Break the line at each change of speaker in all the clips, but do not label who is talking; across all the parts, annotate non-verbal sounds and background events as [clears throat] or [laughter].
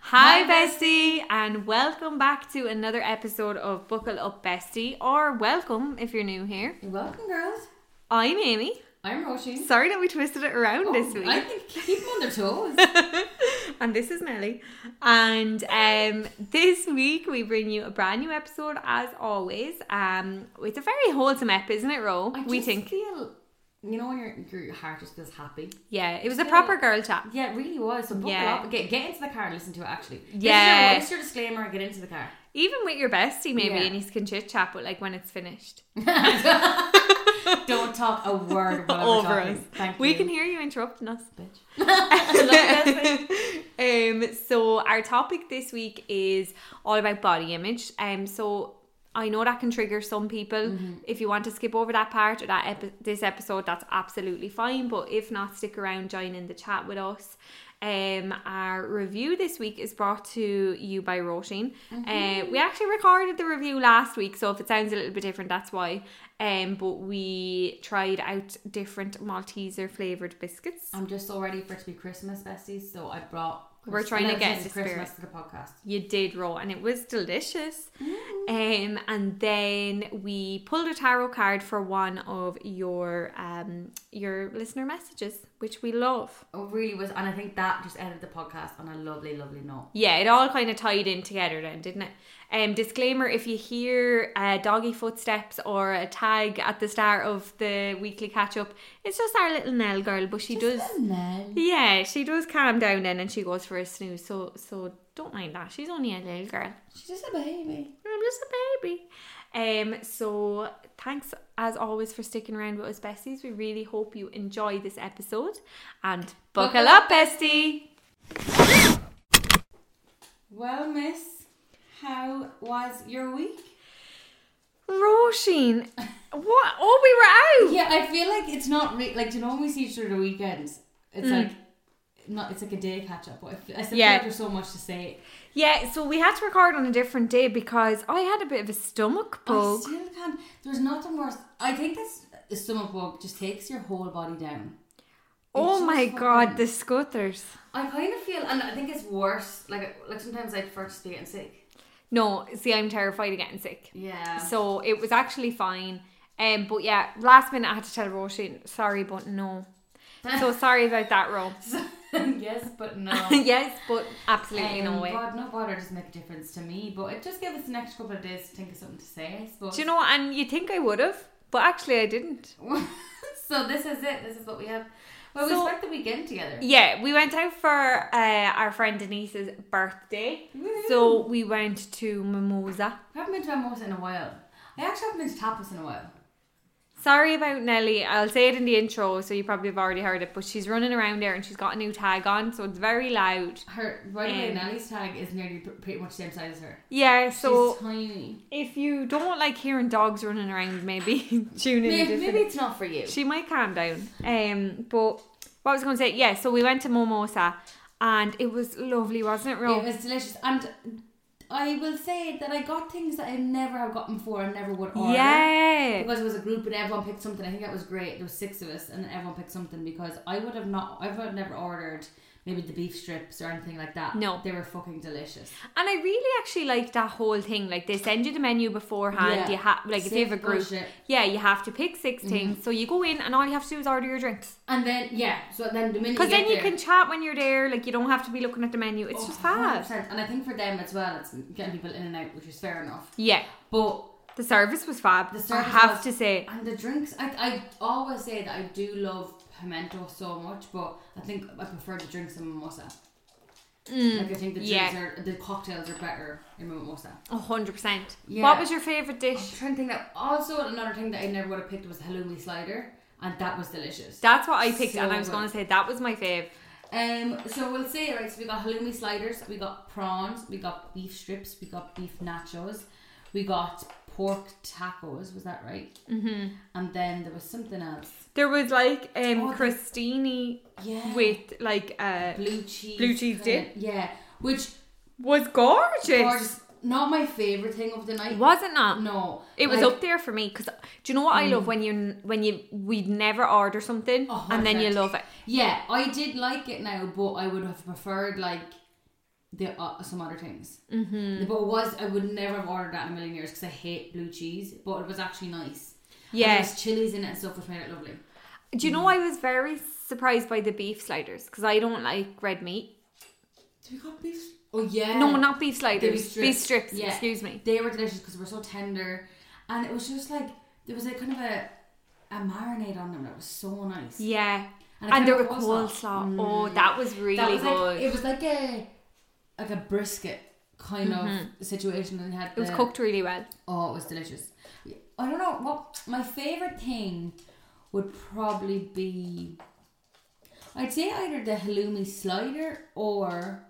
Hi, Bestie, and welcome back to another episode of Buckle Up Bestie, or welcome if you're new here.
Welcome, girls.
I'm Amy.
I'm Roisin. Oh,
Sorry that we twisted it around this week.
I think keep them on
[laughs]
their toes.
and this is Nelly. And um, this week we bring you a brand new episode as always. Um, it's a very wholesome ep, isn't it, Ro?
I
We
just
think.
feel, you know, when your your heart just feels happy.
Yeah, it was a proper girl chat.
Yeah, it really was. So buckle
Yeah.
up. Get, get into the car and listen to it, actually. This is your-
Yeah.
This is your, disclaimer. Get into the car. [laughs]
Even with your bestie, maybe,
Yeah.
and you can chit chat, but like when it's finished.
Don't talk a word about what
Over
we're
us.
talking. Thank
We
you.
can hear you interrupting us.
Bitch.
[laughs] um, so our topic this week is all about body image. Um, so I know that can trigger some people. If you want to skip over that part or that epi- this episode, that's absolutely fine. But if not, stick around, join in the chat with us. Um, our review this week is brought to you by Roisin. Uh, we actually recorded the review last week, so if it sounds a little bit different, that's why. Um, but we tried out different Malteser flavored biscuits.
I'm just so ready for it to be Christmas, besties. So I brought.
We're trying to
Christmas
get
is
the spirit.
Christmas to the podcast.
you did raw and it was delicious um and then we pulled a tarot card for one of your um your listener messages which we love
It really was, and I think that just ended the podcast on a lovely, lovely note.
yeah it all kind of tied in together then didn't it um disclaimer if you hear uh, doggy footsteps or a tag at the start of the weekly catch up it's just our little nell girl but she does yeah she does calm down then and she goes for a snooze so so don't mind that she's only a little girl
She's just a baby.
I'm just a baby. Um, so thanks as always for sticking around with us, besties. We really hope you enjoy this episode and buckle up, bestie.
Well, Miss, how was your week?
Roisin, what? Oh, we were out.
Yeah, I feel like it's not re- like do you know when we see each other the weekends. It's like not. It's like a day catch up. But I feel- I still
Yeah.
feel like there's so much to say.
Yeah, so we had to record on a different day because I had a bit of a stomach
I
bug.
still can't. There's nothing worse. I think this the stomach bug just takes your whole body down.
Oh
just
my
fucking-
god, the scooters.
I kind of feel, and I think it's worse. Like like sometimes I prefer just be getting sick.
No, see, I'm terrified of getting sick.
Yeah. [laughs]
So it was actually fine. Um, but yeah, last minute I had to tell Roisin, sorry, but no.
[laughs]
So sorry about that, Ro.
yes, but no.
[laughs]
[laughs]
yes, but absolutely no
Um,
way.
God, no bother doesn't make a difference to me, but it just gave us an extra couple of days to think of something to say, I suppose.
Do you know what? And you think I would have, but actually I didn't.
so this is it. This is what we have. Well,
So-
we spent the weekend together.
Yeah, we went out for uh, our friend Denise's birthday.
Woo.
So we went to Mimosa.
I haven't been to Mimosa in a while. I actually haven't been to Tapas in a while.
Sorry about Nelly. I'll say it in the intro, so you probably have already heard it. But she's running around there and she's got a new tag on, so it's very loud.
Her right away,
Um,
Nelly's tag is nearly pr- pretty much the same size as her.
Yeah. So
She's tiny.
if you don't like hearing dogs running around, maybe [laughs] tune in.
Maybe,
different-
maybe it's not for you.
She might calm down. Um, but what I was going to say, yeah, so we went to Momosa and it was lovely, wasn't it, Ro?
It was delicious, and I will say that I got things that I never have gotten before and never would order.
yeah.
because it was a group and everyone picked something. I think that was great. There was six of us, and then everyone picked something because I would have not, I would have never ordered maybe the beef strips or anything like that.
No.
they were fucking delicious.
And I really actually liked that whole thing. Like they send you the menu beforehand.
Yeah. Mm-hmm.
You have like if you
Save
have a group,
bullshit.
yeah, you have to pick 6 things. So you go in and all you have to do is order your drinks.
And then yeah, so then the minute
Because then
get
you
there-
can chat when you're there. Like you don't have to be looking at the menu. It's
Oh,
just fab.
100%. And I think for them as well, it's getting people in and out, which is fair enough.
Yeah,
But
the service was fab.
The
I
service
have
was-
to say.
and the drinks, I I always say that I do love pimento so much, but I think I prefer the drinks in mimosa. like I think the drinks
yeah.
are the cocktails are better in mimosa.
a 100%.
Yeah.
What was your favourite dish?
I'm trying to think that also another thing that I never would have picked was the halloumi slider, and that was delicious.
That's what I picked,
So
and I was
good.
going to say that was my fave.
Um, so we'll say right. So we got halloumi sliders, we got prawns, we got beef strips, we got beef nachos, we got pork tacos. Was that right? Mm-hmm. And then there was something else.
There was like um
Oh, the-
crostini
Yeah.
with like uh
Blue cheese.
Blue cheese
kinda- Yeah, which
was gorgeous.
was not my favorite thing of the night.
Was it not?
No,
It was
Like, Mm.
up there for me because do you know what I love when you when you we'd never order something
Oh,
and then you
100%.
love it.
Yeah, I did like it now, but I would have preferred like the uh, some other things. Mm-hmm. But it was I would never have ordered that in a million years because I hate blue cheese. But it was actually nice.
Yeah.
There's chilies in it and stuff, which made it lovely.
Do you know I was very surprised by the beef sliders because I don't like red meat.
Do we got beef? Oh yeah.
No, not beef sliders. Beef
beef
strips.
strips. Yeah.
Excuse me.
They were delicious because they were so tender, and it was just like there was a kind of a a marinade on them that was so nice.
Yeah.
it
And
kind
there
of
were
was that. Mm.
coleslaw. Oh, that was really
That was
good.
like, it was like a like a brisket kind of situation, and it had
Mm-hmm. it was
the-
cooked really well.
Oh, it was delicious. I don't know what my favorite thing would probably be. I'd say either the halloumi slider or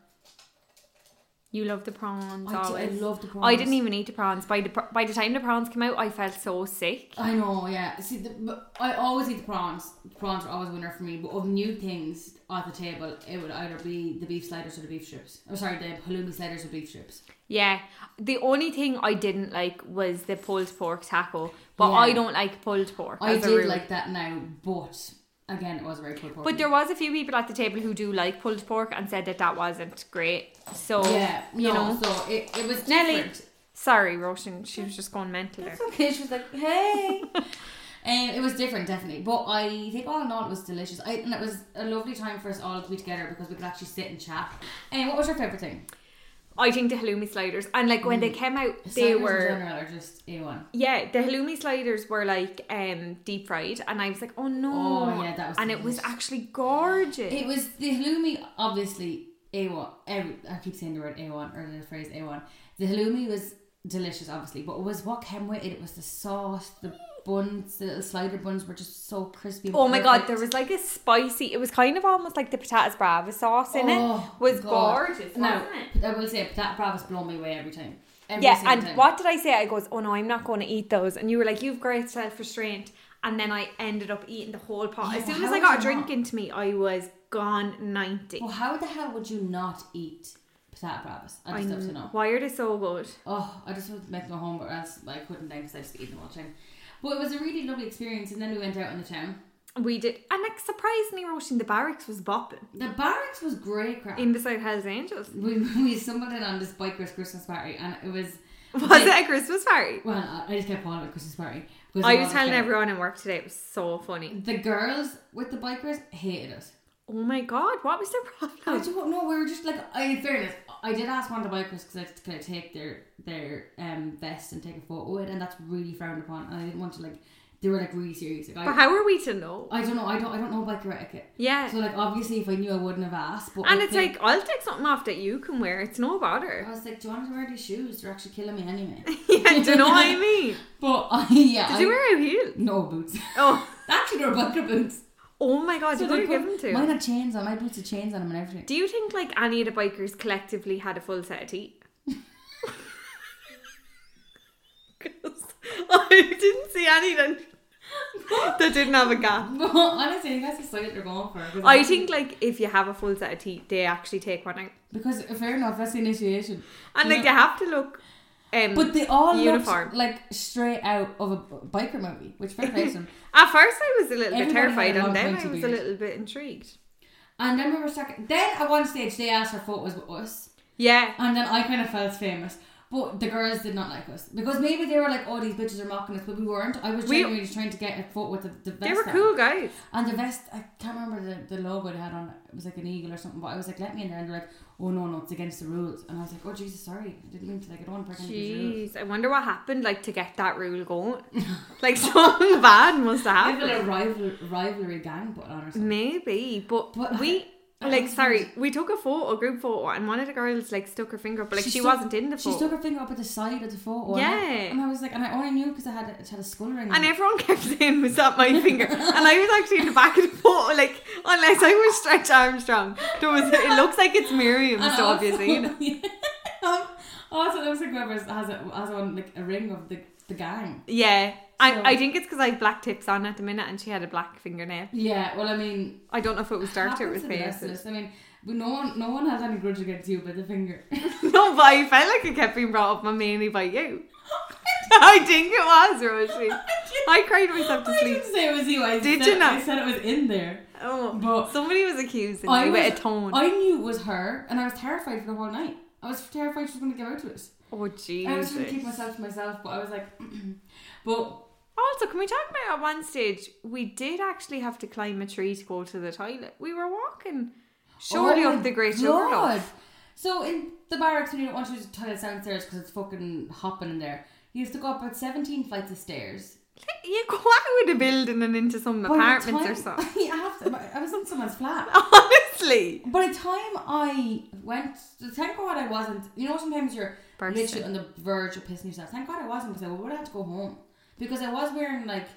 You love the prawns.
I, do- I
always.
love the prawns.
I didn't even eat the prawns. By the pr- by the time the prawns came out, I felt so sick.
I know, yeah. See, the, but I always eat the prawns. The prawns are always a winner for me. But of new things at the table, it would either be the beef sliders or the beef strips. Oh, sorry, the halloumi sliders or beef strips.
Yeah. The only thing I didn't like was the pulled pork taco, but
Yeah.
I don't like pulled pork.
I
as a
did
rule.
like that now, but again, it was a very poor pork.
But there was a few people at the table who do like pulled pork and said that that wasn't great. So
yeah,
you
no,
know,
so it, it was
Nelly.
different.
sorry, Roshan, she was just going mental there.
Okay, she was
[laughs]
like, "Hey." Um, it was different, definitely, but I think all in all it was delicious. I, and it was a lovely time for us all to be together because we could actually sit and chat. And what was your favorite thing?
I think the halloumi sliders, and like when they came out, they
Mm. Sliders in
were
general are just a one.
Yeah, the halloumi sliders were like um deep fried, and I was like, oh no!
Oh, yeah, that was
and it was
delicious.
actually gorgeous.
It was the halloumi, obviously a one. Every I keep saying the word a one or the phrase a one. The halloumi was delicious, obviously, but it was what came with it. It was the sauce, the buns, the little slider buns were just so crispy. and
oh my god,
perfect.
there was like a spicy. It was kind of almost like the patatas brava sauce in
Oh,
it. Was
God.
gorgeous,
Now,
wasn't it?
I will say that brava's blown me away every time. Every
Yeah,
single
and
time.
what did I say? I goes, oh no, I'm not going to eat those, and you were like, you've great self restraint, and then I ended up eating the whole pot.
Yeah,
as soon
Oh, how
as I
would
got a
you
drink
not? Oh,
into me, I was gone ninety.
Well, how the hell would you not eat potato bravas? I
I
just have to
kn-
know.
Why are they so good?
Oh, I just wanted to make my home, or else I couldn't then because I just eat them all the time. But it was a really lovely experience, and then we went out in the town.
We did, and like surprisingly, Roisin, the barracks was bopping.
The barracks was great crap.
In beside Hell's Angels.
we, [laughs] we stumbled in on this biker's Christmas party, and it was.
Was it a Christmas party?
Well, I- I just kept calling it a Christmas party. because
I
it
was
a
telling
fair.
everyone at work today, it was so funny.
The girls with the bikers hated it.
Oh my god, what was their
I
problem?
don't know. We were just like, I, in fairness, I did ask one of the bikers because I had to kind of take their their um vest and take a photo with, and that's really frowned upon. And I didn't want to like, they were like really serious. Like,
But
I,
how are we to know?
I don't know. I don't. I don't know biker etiquette.
Yeah.
So like, obviously, if I knew, I wouldn't have asked. But
And
I
it's
think-
like, I'll take something off that you can wear, it's no
[laughs]
bother. [laughs]
I was like, do you want to wear these shoes? They're actually killing me anyway.
Yeah, do you know what
[laughs]
I mean?
But I yeah,
Did
I,
you wear a heel?
no
[laughs]
boots. [laughs]
Oh,
actually, they're biker boots.
oh my god, you
they
could have
put-
given to.
Mine had chains on. My boots had chains on them and
[laughs]
everything. [laughs]
Do you think like any of the bikers collectively had a full set of
[laughs]
teeth? 'Cause I didn't see any [laughs] that, that didn't have a gap.
But honestly, I think that's the side they're going for. 'cause
I think like if you have a full set of teeth, they actually take one out,
because fair enough, that's the initiation.
and
You
like
know-
they have to look. Um,
But they all
Uniform.
looked like straight out of a b- biker movie, which
[laughs]
fair play to them.
at first, I was a little bit
Everybody
terrified,
had a
and
long
then I
pointy
was a
beard.
little bit intrigued.
And then we were stuck. Then at one stage they asked for photos with us,
Yeah,
and then I kind of felt famous. But the girls did not like us because maybe they were like, "Oh, these bitches are mocking us," but we weren't. I was
We-
genuinely just trying to get a photo with the, the vest.
they were
on.
cool guys.
And the vest, I can't remember the, the logo they had on. It was like an eagle or something. But I was like, "Let me in there," and they're like, "Oh no, no, it's against the rules." And I was like, "Oh Jesus, sorry, I didn't mean to. Like, I don't want to break any of these rules."
Jeez, I wonder what happened like to get that rule going. [laughs] like something [laughs] bad must have
I feel
happened.
a rival, rivalry gang put on or something.
Maybe, but,
But-
we.
I
Like
was
sorry, we took a photo, a group photo, and one of the girls like stuck her finger up, but like she,
stuck-
wasn't in the
She
photo,
stuck her finger up at the side of the photo. and
Yeah.
I- And I was like, and I only knew because I had a, it had a skull ring. on
and
it.
everyone kept saying, "Was that my finger?" and I was actually in the back of the photo, like unless I was Stretch Armstrong, there was. It looks like it's
[laughs]
Miriam,
And
so eh? obviously, you know.
also, also, it was like whoever has a, has on like a ring of the the gang.
Yeah, and
So-
I think it's because I have black tips on at the minute, and she had a black fingernail.
Yeah. Well, I mean,
I don't know if it was dark or it was
happens to the best of
pasted.
us. I mean, we, no one no one has any grudge against you, but the finger.
[laughs]
[laughs]
No, but I [laughs] felt like I kept being brought up, and mainly by you. I think it was Rosie. I cried myself to
I
sleep.
didn't say it was you. I
Did
said,
you not?
I said it was in there.
Oh,
But
somebody was accusing
I
me with a
was-
tone.
I knew it was her, and I was terrified for the whole night. I was terrified she was going to give out to us.
oh
I was trying to keep
Jesus.
myself to myself, but I was like, [clears throat] but
Also, can we talk about at one stage we did actually have to climb a tree to go to the toilet? We were walking surely
Oh
up
my
the Great
God.
Jordan.
So in the barracks, when you don't want to use the toilet downstairs because it's fucking hopping in there, you have to go up about seventeen flights of stairs.
You go out of the building and into some
By the
apartments or
time-
something.
[laughs] I have to- I was in someone's [laughs] flat.
Honestly,
By the time I went, thank God I wasn't. You know, sometimes you're
Bursting.
literally on the verge of pissing yourself. Thank God I wasn't because I would have had to go home because I was wearing like,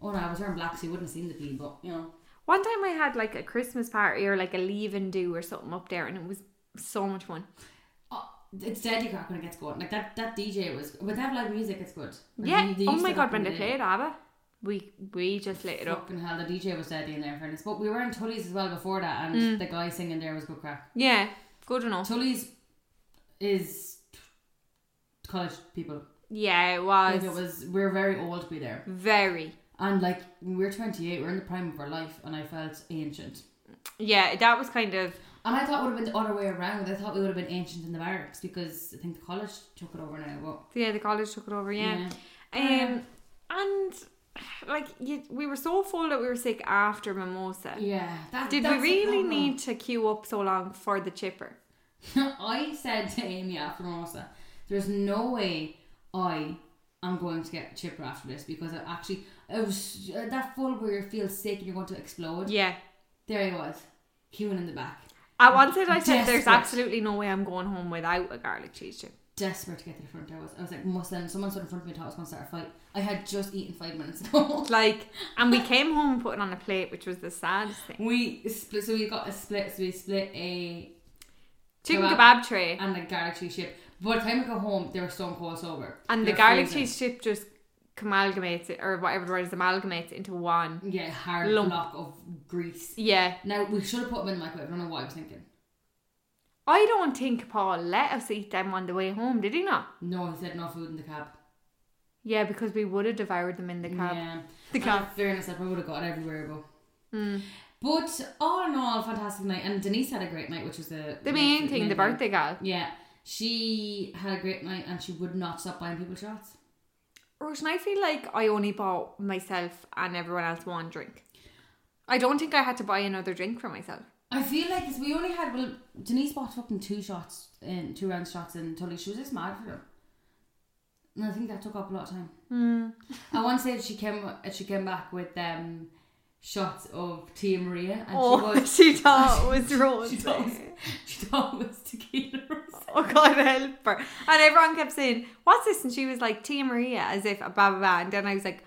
oh no, I was wearing black, so you wouldn't have seen the pee, but you know.
one time I had like a Christmas party or like a leave and do or something up there, and it was so much fun.
Oh, It's deadly crack when it gets going. Like that, that DJ was with that live music. It's good. Like,
yeah.
they- they
oh
used
my
it
god,
up
when
in
they
the day.
played ABBA, we we just lit it up.
Fucking hell, the DJ was deadly in there, in fairness. But we were in Tully's as well before that, and
Mm.
the guy singing there was good crack.
Yeah, good enough.
Tully's is college people.
Yeah, it
Like
was
it was, we were very old to be there,
very.
and like we were twenty eight, we're in the prime of our life, and I felt ancient.
Yeah, that was kind of
And I thought it would have been the other way around. I thought we would have been ancient in the barracks because I think the college took it over now. But
yeah. The college took it over. yeah. Um, and like you, we were so full that we were sick after mimosa.
yeah. That,
Did we
that's the
really
problem.
need to queue up so long for the chipper?
[laughs] I said to Amy after Mimosa, there's no way I am going to get chipper after this because I actually, I was uh, that full where you feel sick and you're going to explode.
Yeah.
There I was, queuing in the back,
At one stage, I said, "There's
Desperate.
absolutely no way I'm going home without a garlic cheese chip."
desperate to get to the front. I was, I was like, must then. Someone stood in front of me and thought I was going to start a fight. I had just eaten five minutes ago. [laughs]
Like, and we came home and put it on a plate, which was the saddest thing.
we split, so we got a split, so we split a
Chicken
Kebab.
kebab tray,
and a garlic cheese chip. By the time I got home, they were stone cold sober.
and
They
the
were
garlic
freezing.
cheese chip just amalgamates it, or whatever the word is, amalgamates into one.
Yeah, hard
Lump.
block of grease.
Yeah,
Now we should have put them in the microwave. I don't know what I was thinking.
I don't think Paul let us eat them on the way home, did he not?
No, he said no food in the cab.
Yeah, because we would have devoured them in the cab.
Yeah.
The
And
cab.
in fairness, I probably would have got it everywhere, but.
Hmm.
But all in all, fantastic night. And Denise had a great night, which was the
The main thing, the birthday gal.
Yeah, she had a great night, and she would not stop buying people shots.
Roshan, I feel like I only bought myself and everyone else one drink. I don't think I had to buy another drink for myself.
I feel like it's- we only had well, Denise bought fucking two shots in two round shots in Tully. She was just mad for them, and I think that took up a lot of time. I once said she came uh, she came back with um shots of Tia Maria, and
Oh.
she was
[laughs]
[laughs]
she thought it was rose.
She thought, it was, she thought it was tequila. or something.
Oh God, help her! And everyone kept saying, "What's this?" And she was like, "Tia Maria," as if blah blah blah. And then I was
[laughs]
like,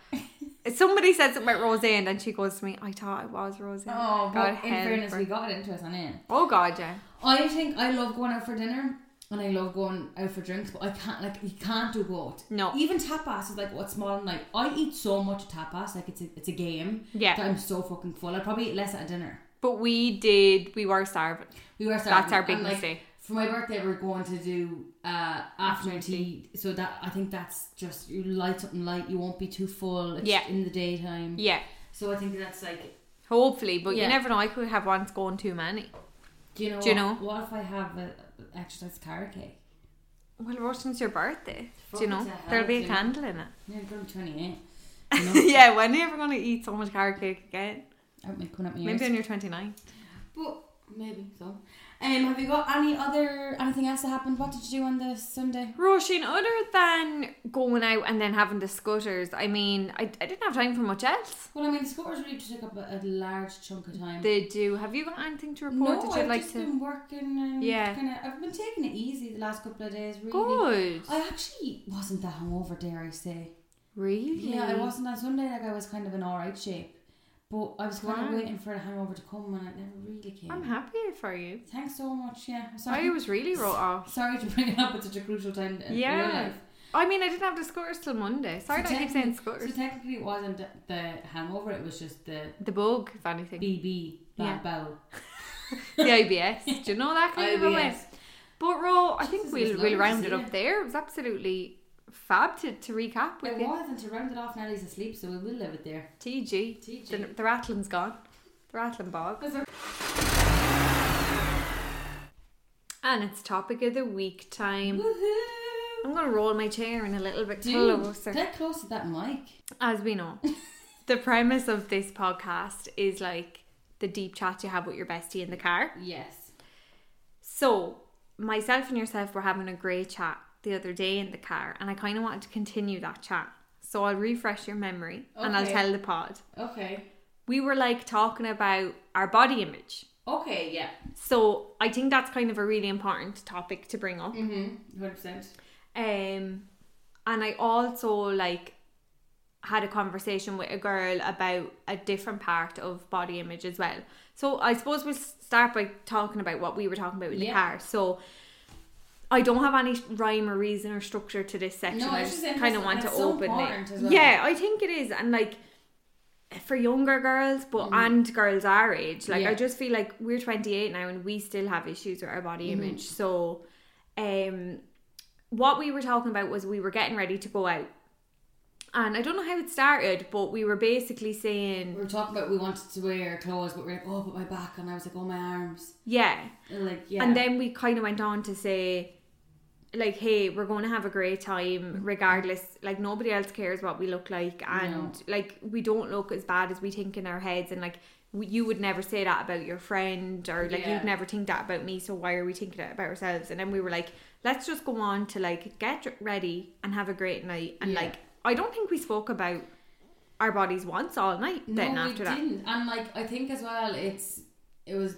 "Somebody said something about rose," and then she goes to me, "I thought it was rose."
Oh, but in
help
fairness,
her.
we got it into us on it.
oh God, yeah.
I think I love going out for dinner and I love going out for drinks, but I can't like you can't do both.
No.
Even tapas is like what's small and like I eat so much tapas, like it's a it's a game.
Yeah.
That I'm so fucking full. I probably eat less at a dinner.
But we did. We were starving.
We were starving.
That's our big
and, like,
mistake.
For my birthday, we're going to do uh, afternoon tea. So that I think that's just you light something light. You won't be too full. It's
Yeah.
in the daytime.
Yeah,
So I think that's like
hopefully. But
Yeah.
you never know. I could have once gone too many.
Do you know?
Do you
what, What if I have a a exercise carrot cake?
Well, Roshan's your birthday. Do you
Fucking
know?
to hell,
There'll be a
dude.
candle in
[laughs]
it.
Yeah, I'm twenty eight. You know,
yeah, when are you ever going to eat so much carrot cake again?
I'm like coming up my
Maybe
ears.
on your 29th.
But maybe so. Um, have you got any other anything else that happened? What did you do on the Sunday?
Roisin, other than going out and then having the scutters, I mean, I, I didn't have time for much else.
Well, I mean, the squatters really took up a, a large chunk of time.
They do. Have you got anything to report
no,
that
I've
you'd like
just
to?
been working and
Yeah.
Kinda, I've been taking it easy the last couple of days. Really,
Good.
I actually wasn't that hungover, dare I say.
really?
Yeah, I wasn't on Sunday. Like I was kind of in all right shape, but I was kind of
Grand.
waiting for the hangover to come, and it never really came.
I'm happy for you.
Thanks so much. Yeah,
I
[laughs] sorry.
was really wrote off.
Sorry to bring it up at such a crucial time in
Yeah.
real life.
I mean, I didn't have the scutters till Monday. Sorry
So
that I keep saying scutters.
So technically, it wasn't the hangover; it was just the
The bug, if anything.
BB
Yeah.
bad bowel.
the IBS. Do you know that kind of a way?
IBS.
But Ro, I think
Jesus,
we'll
there's
we'll
loads,
round it
yeah.
up there. It was absolutely fab to, to recap with
It
you.
was, and to round it off, Nelly's asleep, so we will leave it there.
TG.
TG.
The, the rattling's gone. The rattling bog.
Is there-
And it's topic of the week time.
Woohoo!
I'm gonna roll my chair in a little bit
Dude,
closer.
get close to that mic.
As we know, the premise of this podcast is like the deep chat you have with your bestie in the car.
Yes.
So, myself and yourself were having a great chat the other day in the car, and I kind of wanted to continue that chat. So, I'll refresh your memory and I'll
Okay.
tell the pod.
Okay.
We were like talking about our body image.
Okay, yeah.
So, I think that's kind of a really important topic to bring up.
Mm-hmm. 100%.
Um, and I also like had a conversation with a girl about a different part of body image as well. So I suppose we'll start by talking about what we were talking about with
Yeah.
the car. So I don't have any rhyme or reason or structure to this section.
No,
I
it's
just
just
kind of
interesting.
want to
It's so
open
important
it.
as well.
Yeah, I think it is, and like for younger girls, but and girls our age, like
Mm-hmm. Yeah.
I just feel like we're twenty eight now and we still have issues with our body
Mm-hmm.
image. So, um, what we were talking about was we were getting ready to go out. And I don't know how it started, but we were basically saying,
We were talking about we wanted to wear clothes, but we are like, oh, but my back, and I was like, oh, my arms.
yeah.
And like, yeah.
And then we kind of went on to say, like, hey, we're going to have a great time regardless. Like, nobody else cares what we look like. And, like, we don't look as bad as we think in our heads. And, like, we, you would never say that about your friend or, like,
Yeah.
you'd never think that about me. So, why are we thinking that about ourselves? And then we were like, let's just go on to, like, get ready and have a great night. And,
Yeah.
like, I don't think we spoke about our bodies once all night then
no,
after
we
that.
didn't. And like, I think as well, it's it was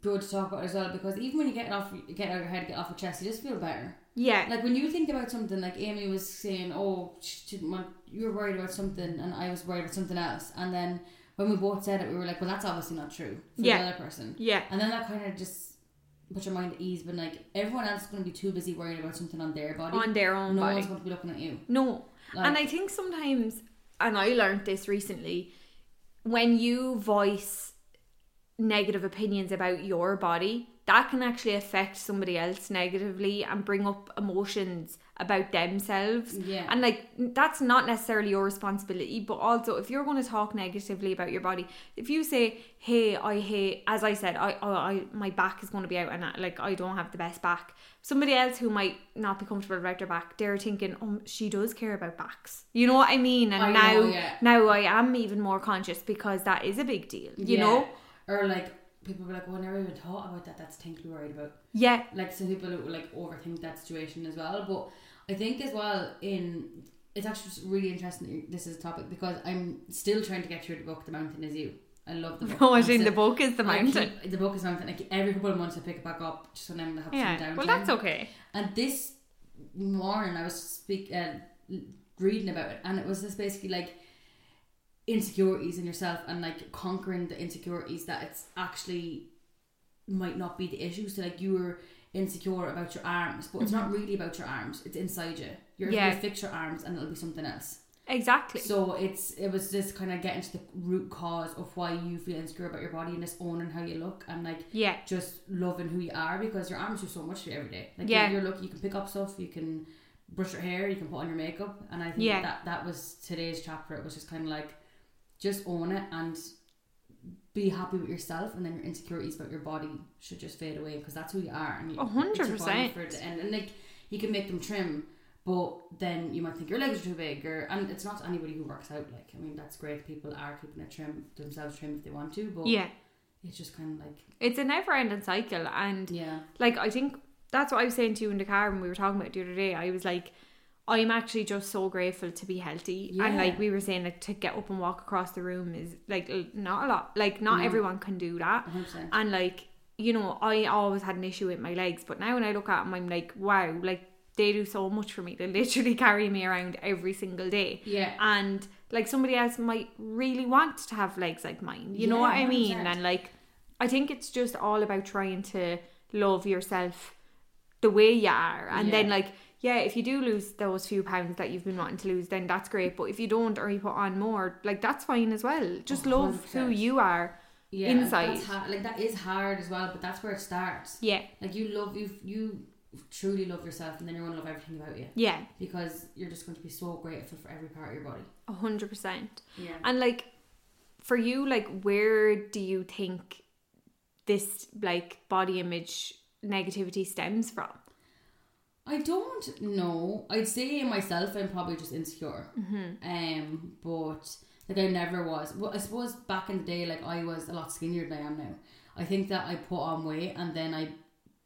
good to talk about as well because even when you get it off, you get it out of your head, get it off your chest, you just feel better.
Yeah.
Like when you think about something, like Amy was saying, oh, she didn't want. You were worried about something, and I was worried about something else, and then. When we both said it, we were like, "Well, that's obviously not true for
Yeah.
the other person."
yeah.
And then that kind of just put your mind at ease. But like everyone else is going to be too busy worrying about something on their body.
On their own
no
body.
one's going to be looking at you.
No.
Like-
and I think sometimes, and I learned this recently, when you voice negative opinions about your body, that can actually affect somebody else negatively and bring up emotions about themselves.
Yeah.
And like that's not necessarily your responsibility, but also if you're going to talk negatively about your body, if you say, "Hey, I hate," as I said, I, I, I my back is going to be out, and I, like I don't have the best back. Somebody else who might not be comfortable about their back, they're thinking, "Oh, she does care about backs." You know what I mean? And
I
now,
know, yeah.
now I am even more conscious because that is a big deal. You
Yeah.
know?
Or like people were like, "Well, I never even thought about that. That's thing to be worried about."
Yeah. [laughs]
Like some people who, like overthink that situation as well. But I think as well in it's actually just really interesting. that you- This is a topic because I'm still trying to get through the book. The mountain is you.
[laughs]
I love the book.
Oh, I
I'm
think the
still-
book is the
I keep-
mountain.
the book is mountain. Like every couple of months, I pick it back up just when I'm having
Yeah.
some downtime.
Well, that's okay.
And this morning, I was speak uh, reading about it, and it was just basically like insecurities in yourself and like conquering the insecurities that it's actually might not be the issue. So like you were insecure about your arms, but it's not really about your arms. It's inside you. You're
Yeah.
you fix your arms, and it'll be something else.
Exactly.
So it's it was just kind of getting to the root cause of why you feel insecure about your body and just owning how you look and like
yeah.
just loving who you are because your arms do so much for you every day. Like
Yeah.
you're, lucky you can pick up stuff, you can brush your hair, you can put on your makeup, and I think
Yeah.
that that was today's chapter. It was just kind of like just own it and be happy with yourself, and then your insecurities about your body should just fade away because that's who you are. And you,
A hundred
it's your body
percent.
for it to end. And like you can make them trim. But then you might think your legs are too big, or and it's not anybody who works out. Like I mean, that's great. People are keeping it trim themselves trim if they want to, but
Yeah.
it's just kind of like
It's a never ending cycle. And
yeah,
like I think that's what I was saying to you in the car when we were talking about it the other day. I was like, I'm actually just so grateful to be healthy. And
Yeah.
like we were saying, like to get up and walk across the room is like l- not a lot. Like not
No.
everyone can do that.
hundred percent.
And like you know, I always had an issue with my legs, but now when I look at them, I'm like, wow, like they do so much for me. They literally [laughs] carry me around every single day.
Yeah,
And like somebody else might really want to have legs like mine. You know what
Yeah,
I mean?
100%.
And like, I think it's just all about trying to love yourself the way you are. And
Yeah.
then, like, yeah, if you do lose those few pounds that you've been wanting to lose, then that's great. But if you don't or you put on more, like, that's fine as well. Just
Oh,
love who
100%.
you are.
yeah,
inside.
That's ha- like that is hard as well, but that's where it starts.
Yeah.
Like you love you you truly love yourself, and then you're going to love everything about you
Yeah,
because you're just going to be so grateful for every part of your body.
a hundred percent.
Yeah.
And like, for you, like, where do you think this like body image negativity stems from?
I don't know. I'd say myself, I'm probably just insecure. Um, but like I never was. Well, I suppose back in the day, like I was a lot skinnier than I am now. I think that I put on weight, and then I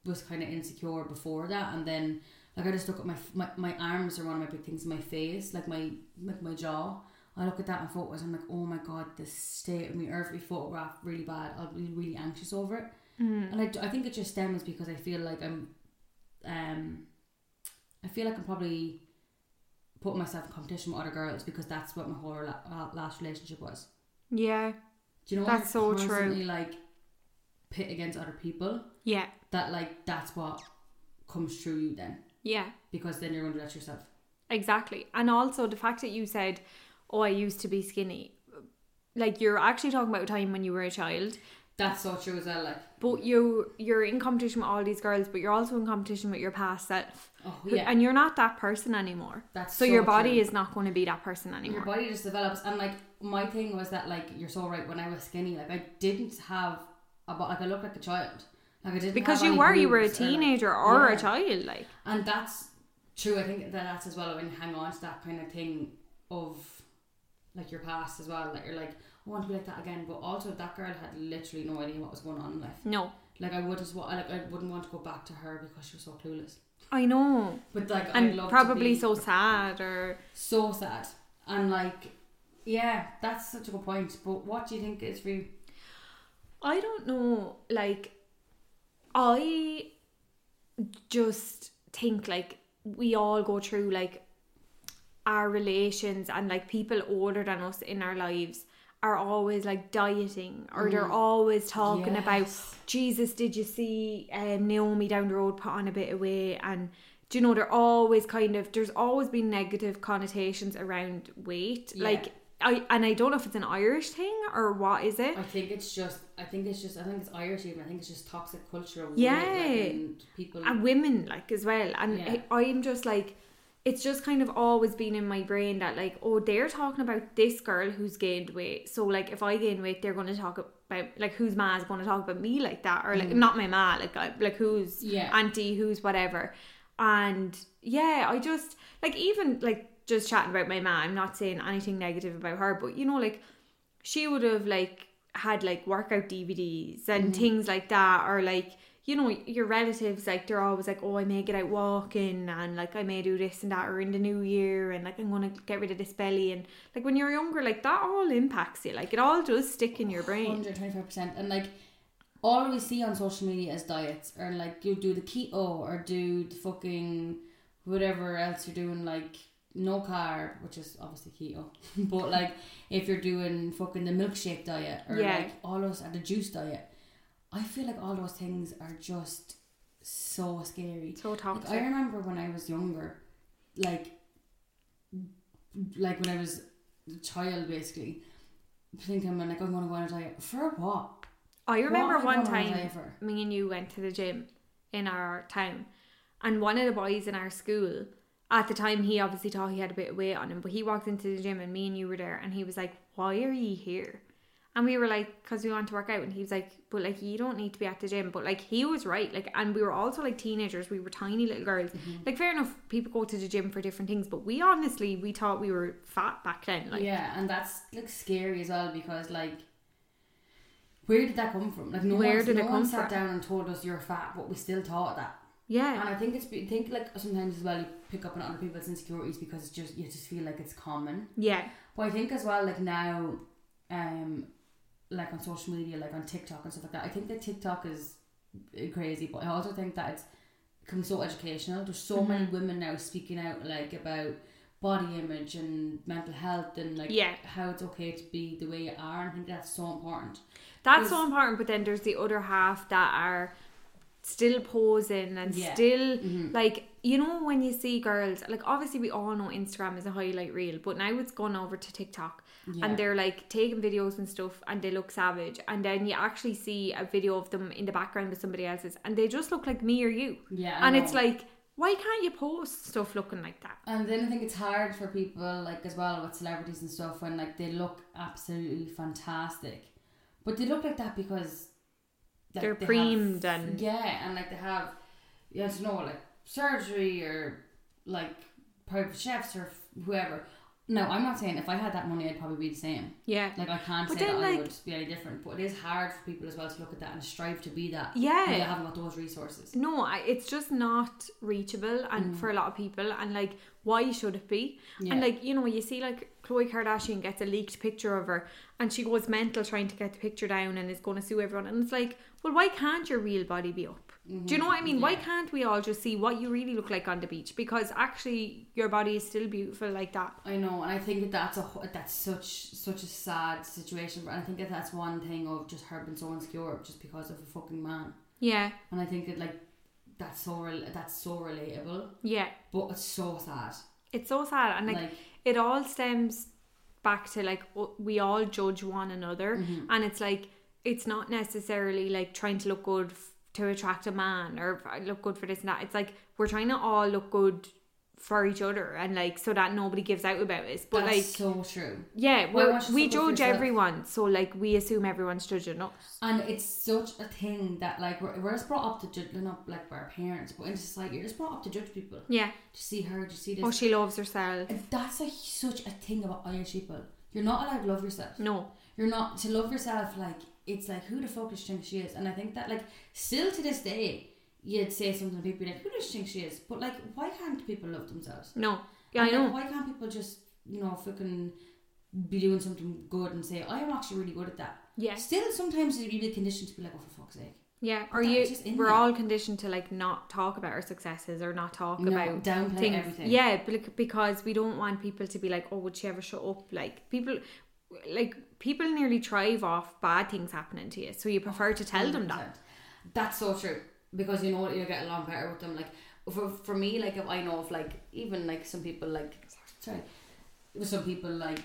was kind of insecure before that, and then like I just look at my my, my arms are one of my big things. My face, like my like my jaw. I look at that in photos. I'm like, oh my god, this state of me. Or if we photograph really bad, I'll be really anxious over it. And I, I think it just stems because I feel like I'm, um, I feel like I'm probably putting myself in competition with other girls because that's what my whole la- la- last relationship was.
Yeah,
Do you know?
That's so
you're
true.
constantly, Like pit against other people.
yeah,
That like that's what comes through you then
yeah.
because then you're going to do that to yourself.
Exactly. And also the fact that you said, Oh, I used to be skinny. Like you're actually talking about a time when you were a child.
That's so true as well. Like
But you you're in competition with all these girls, but you're also in competition with your past self.
oh yeah,
And you're not that person anymore.
That's
so,
so
your body
true.
is not going to be that person
your
anymore.
body just develops and like my thing was that like you're so right. When I was skinny, like I didn't have a bo- like I looked like a child. Like I didn't
Because
have
you
any
were you were a
boobs or, like-
teenager or,
Yeah.
a child, like
And that's true. I think that that's as well when you hang on to that kind of thing of like your past as well. Like you're like, I want to be like that again. But also that girl had literally no idea what was going on in life.
no.
Like I would just wa- like I wouldn't want to go back to her because she was so clueless.
I know.
But like I'd
And
Oh, love to
probably
be
so sad or
so sad. And like yeah, that's such a good point. But what do you think is for you?
I don't know. Like, I just think like we all go through like our relations and like people older than us in our lives are always like dieting or they're always talking about
Mm. Yes.
Jesus did you see um, Naomi down the road put on a bit of weight and do you know they're always kind of there's always been negative connotations around weight
Yeah.
like I and I don't know if it's an Irish thing or what is it
I think it's just I think it's just I think it's Irish even. I think it's just toxic culture of women,
Yeah.
like, and people
and women like as well and
Yeah.
I, i'm just like it's just kind of always been in my brain that like oh they're talking about this girl who's gained weight so like if i gain weight they're going to talk about like whose ma is going to talk about me like that or
Mm.
like not my ma like I- like who's
Yeah.
auntie who's whatever and yeah i just like even like just chatting about my ma i'm not saying anything negative about her but you know like she would have like had like workout DVDs and
Mm-hmm.
things like that, or like you know your relatives like they're always like, oh, I may get out walking and like I may do this and that, or in the new year and like I'm gonna get rid of this belly and like when you're younger, like that all impacts you, like it all does stick in your brain.
Hundred twenty five percent, and like all we see on social media is diets, or like you do the keto, or do the fucking whatever else you're doing, like no carb, which is obviously keto, [laughs] but like if you're doing fucking the milkshake diet, or
Yeah.
like all those, or the juice diet, I feel like all those things are just so scary.
So
Like, I
toxic.
remember when I was younger, like, like when I was a child, basically, thinking like I'm gonna go on a diet for what?
I remember
What am I
one
going on a
time
diet for?
me and you went to the gym in our town, and one of the boys in our school at the time he obviously thought he had a bit of weight on him, but he walked into the gym and me and you were there, and he was like, "Why are you here?" And we were like, "Cause we want to work out," and he was like, "But like you don't need to be at the gym." But like he was right, like, and we were also like teenagers, we were tiny little girls. Like fair enough, people go to the gym for different things, but we honestly we thought we were fat back then. Like
yeah, and that's like scary as well because like. Where did that come from? Like no
Where
one's-
did
no
it
one
come
sat
from?
down and told us you're fat, but we still thought that.
yeah.
And I think it's be- think like sometimes as well you pick up on other people's insecurities because it's just you just feel like it's common.
yeah.
But I think as well, like now, um, like on social media, like on TikTok and stuff like that. I think that TikTok is crazy, but I also think that it's become so educational. There's so many
Mm-hmm.
women now speaking out, like about body image and mental health and like
Yeah.
how it's okay to be the way you are. And I think that's so important.
That's so important. But then there's the other half that are still posing and
Yeah.
still
Mhm.
like you know when you see girls like obviously we all know Instagram is a highlight reel, but now it's gone over to TikTok
Yeah.
and they're like taking videos and stuff and they look savage and then you actually see a video of them in the background with somebody else's and they just look like me or you.
yeah, I
and it's
know.
like why can't you post stuff looking like that?
And then I think it's hard for people like as well with celebrities and stuff when like they look absolutely fantastic, but they look like that because like,
They're
they
preemed
have,
and-
yeah, and like they have you have to know like surgery or like private chefs or whoever. No, I'm not saying if I had that money, I'd probably be the same.
Yeah.
Like I can't
But
say
then,
that I
like-
would be any different. But it is hard for people as well to look at that and strive to be that.
Yeah.
and they haven't got those resources.
No, I, it's just not reachable and for a lot of people and like why should it be?
Yeah.
And like, you know, you see like Khloe Kardashian gets a leaked picture of her and she goes mental trying to get the picture down and is going to sue everyone and it's like, well why can't your real body be up? Do you know what
Mm-hmm.
I mean? Why can't we all just see what you really look like on the beach? Because actually your body is still beautiful like that.
I know, and I think that that's a ho- that's such such a sad situation. But I think that that's one thing of just her being so insecure just because of a fucking man.
Yeah.
And I think that like that's so rel- that's so relatable,
Yeah.
but it's so sad.
It's so sad and
Like,
like it all stems back to like o- we all judge one another
Mm-hmm.
and it's like it's not necessarily like trying to look good f- to attract a man or f- look good for this and that it's like we're trying to all look good for each other and like so that nobody gives out about us but
that's
like
so true.
yeah
Why
we're, we
watch someone for
judge
yourself?
everyone so like we assume everyone's judging us
And it's such a thing that like we're, we're just brought up to judge, not like by our parents, but in society, you're just brought up to judge people.
yeah
To see her, to see this.
oh she loves herself
And that's like such a thing about Irish people. You're not allowed to love yourself.
no
you're not to love yourself like it's like who the fuck does she think she is and I think that like still to this day you'd say something to people like who does she think she is but like why can't people love themselves
no yeah i
And, like,
know
why can't people just you know fucking be doing something good and say I am actually really good at that
yeah
still sometimes you'd be conditioned to be like oh for fuck's sake
yeah or
that
you
was just in
we're
there.
all conditioned to like not talk about our successes or not talk
no
about
downplay
things.
everything
Yeah, but like, because we don't want people to be like, oh, would she ever shut up? Like people, like people nearly thrive off bad things happening to you, so you prefer to tell them
Oh,
that.
100%. That's so true because you know what you'll get along better with them. Like for for me, like if I know of like even like some people like sorry, with some people like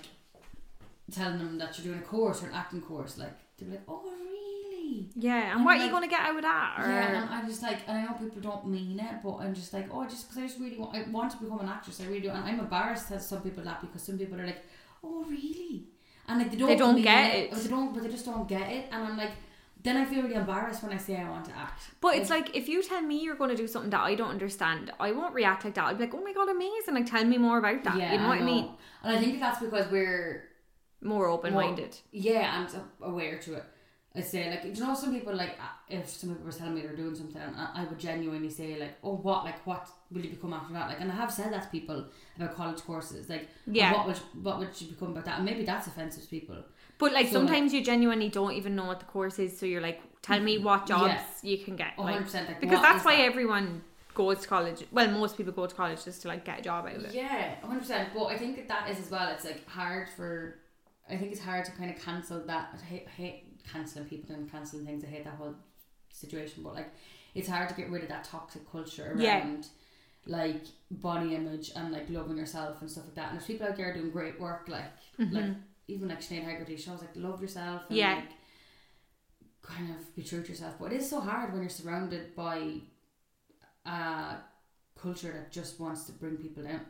telling them that you're doing a course or an acting course, like they're like, oh really?
Yeah, and
And
what are
like-
you gonna get out of that? Or,
Yeah, and I'm just like, and I know people don't mean it, but I'm just like, oh, just because I just really want, I want to become an actress, I really do, and I'm embarrassed that some people that because some people are like, oh, really, and like they don't,
They don't
mean
get it.
Or they don't, but they just don't get it, and I'm like, then I feel really embarrassed when I say I want to act.
But it's like if you tell me you're going to do something that I don't understand, I won't react like that. I'll be like, "Oh my god, amazing!" Like, tell me more about that. you know what I mean?
And I think that that's because we're
More open-minded.
yeah, and aware to it. I say like you know some people like uh, if some people were telling me they're doing something, I I would genuinely say like oh what like what will you become after that like and I have said that to people about college courses like
Yeah.
what would what would you become about that and maybe that's offensive to people
But like
So, like-
sometimes you genuinely don't even know what the course is, so you're like, "Tell me what jobs
Mm-hmm. Yes.
you can get."
A
Like,
hundred percent like
because
what
that's
is
why
that?
everyone goes to college. Well, most people go to college just to like get a job out of it.
Yeah, hundred percent. But I think that that is as well. It's like hard for. I think it's hard to kind of cancel that. I hate, I hate canceling people and canceling things. I hate that whole situation. But like, it's hard to get rid of that toxic culture around.
Yeah.
Like body image and like loving yourself and stuff like that. And there's people out there doing great work, like
Mm-hmm.
like even like Sinead Haggerty, she was like love yourself and
Yeah.
like kind of be true to yourself. But it is so hard when you're surrounded by a culture that just wants to bring people down.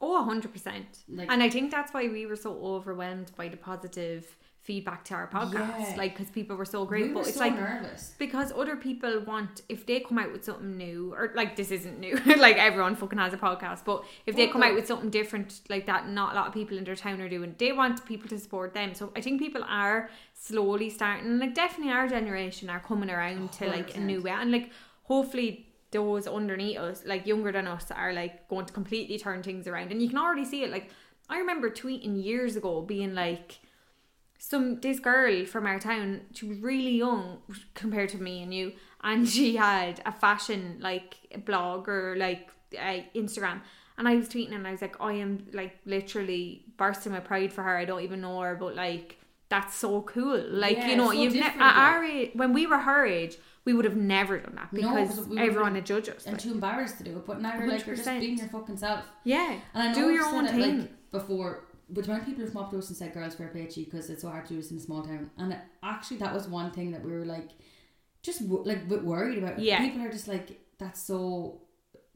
Oh, 100%.
Like-
and I think that's why we were so overwhelmed by the positive feedback to our podcast.
Yeah.
Like, because people were so great.
We
but
were
it's
so
like,
nervous.
because other people want, if they come out with something new, or like this isn't new, [laughs] like everyone fucking has a podcast, but if they
Well,
come
no.
out with something different like that, not a lot of people in their town are doing, they want people to support them. So I think people are slowly starting, like, definitely our generation are coming around to like a
100%.
new way. And like, hopefully, those underneath us, like younger than us, are like going to completely turn things around. And you can already see it. Like, I remember tweeting years ago being like, some this girl from our town, she was really young compared to me and you, and she had a fashion like blog or like uh, Instagram. And I was tweeting and I was like, I am like literally bursting with pride for her. I don't even know her, but like that's so cool. Like
Yeah,
you know,
it's so
you've ne- at
different,
our age, when we were her age, we would have never done that
No,
because
'cause we would've
everyone would judge us.
and
like-
too embarrassed to do it. But now you're like, you're just
100%.
being your fucking self.
yeah,
And I know
do
I've
your
said
own
it,
thing.
like, before. But do you mind people have mopped to us and said, "Girls, fair play to you," because it's so hard to do this in a small town. And it, actually, that was one thing that we were like, just wo- like a bit worried about.
Yeah.
people are just like, that's so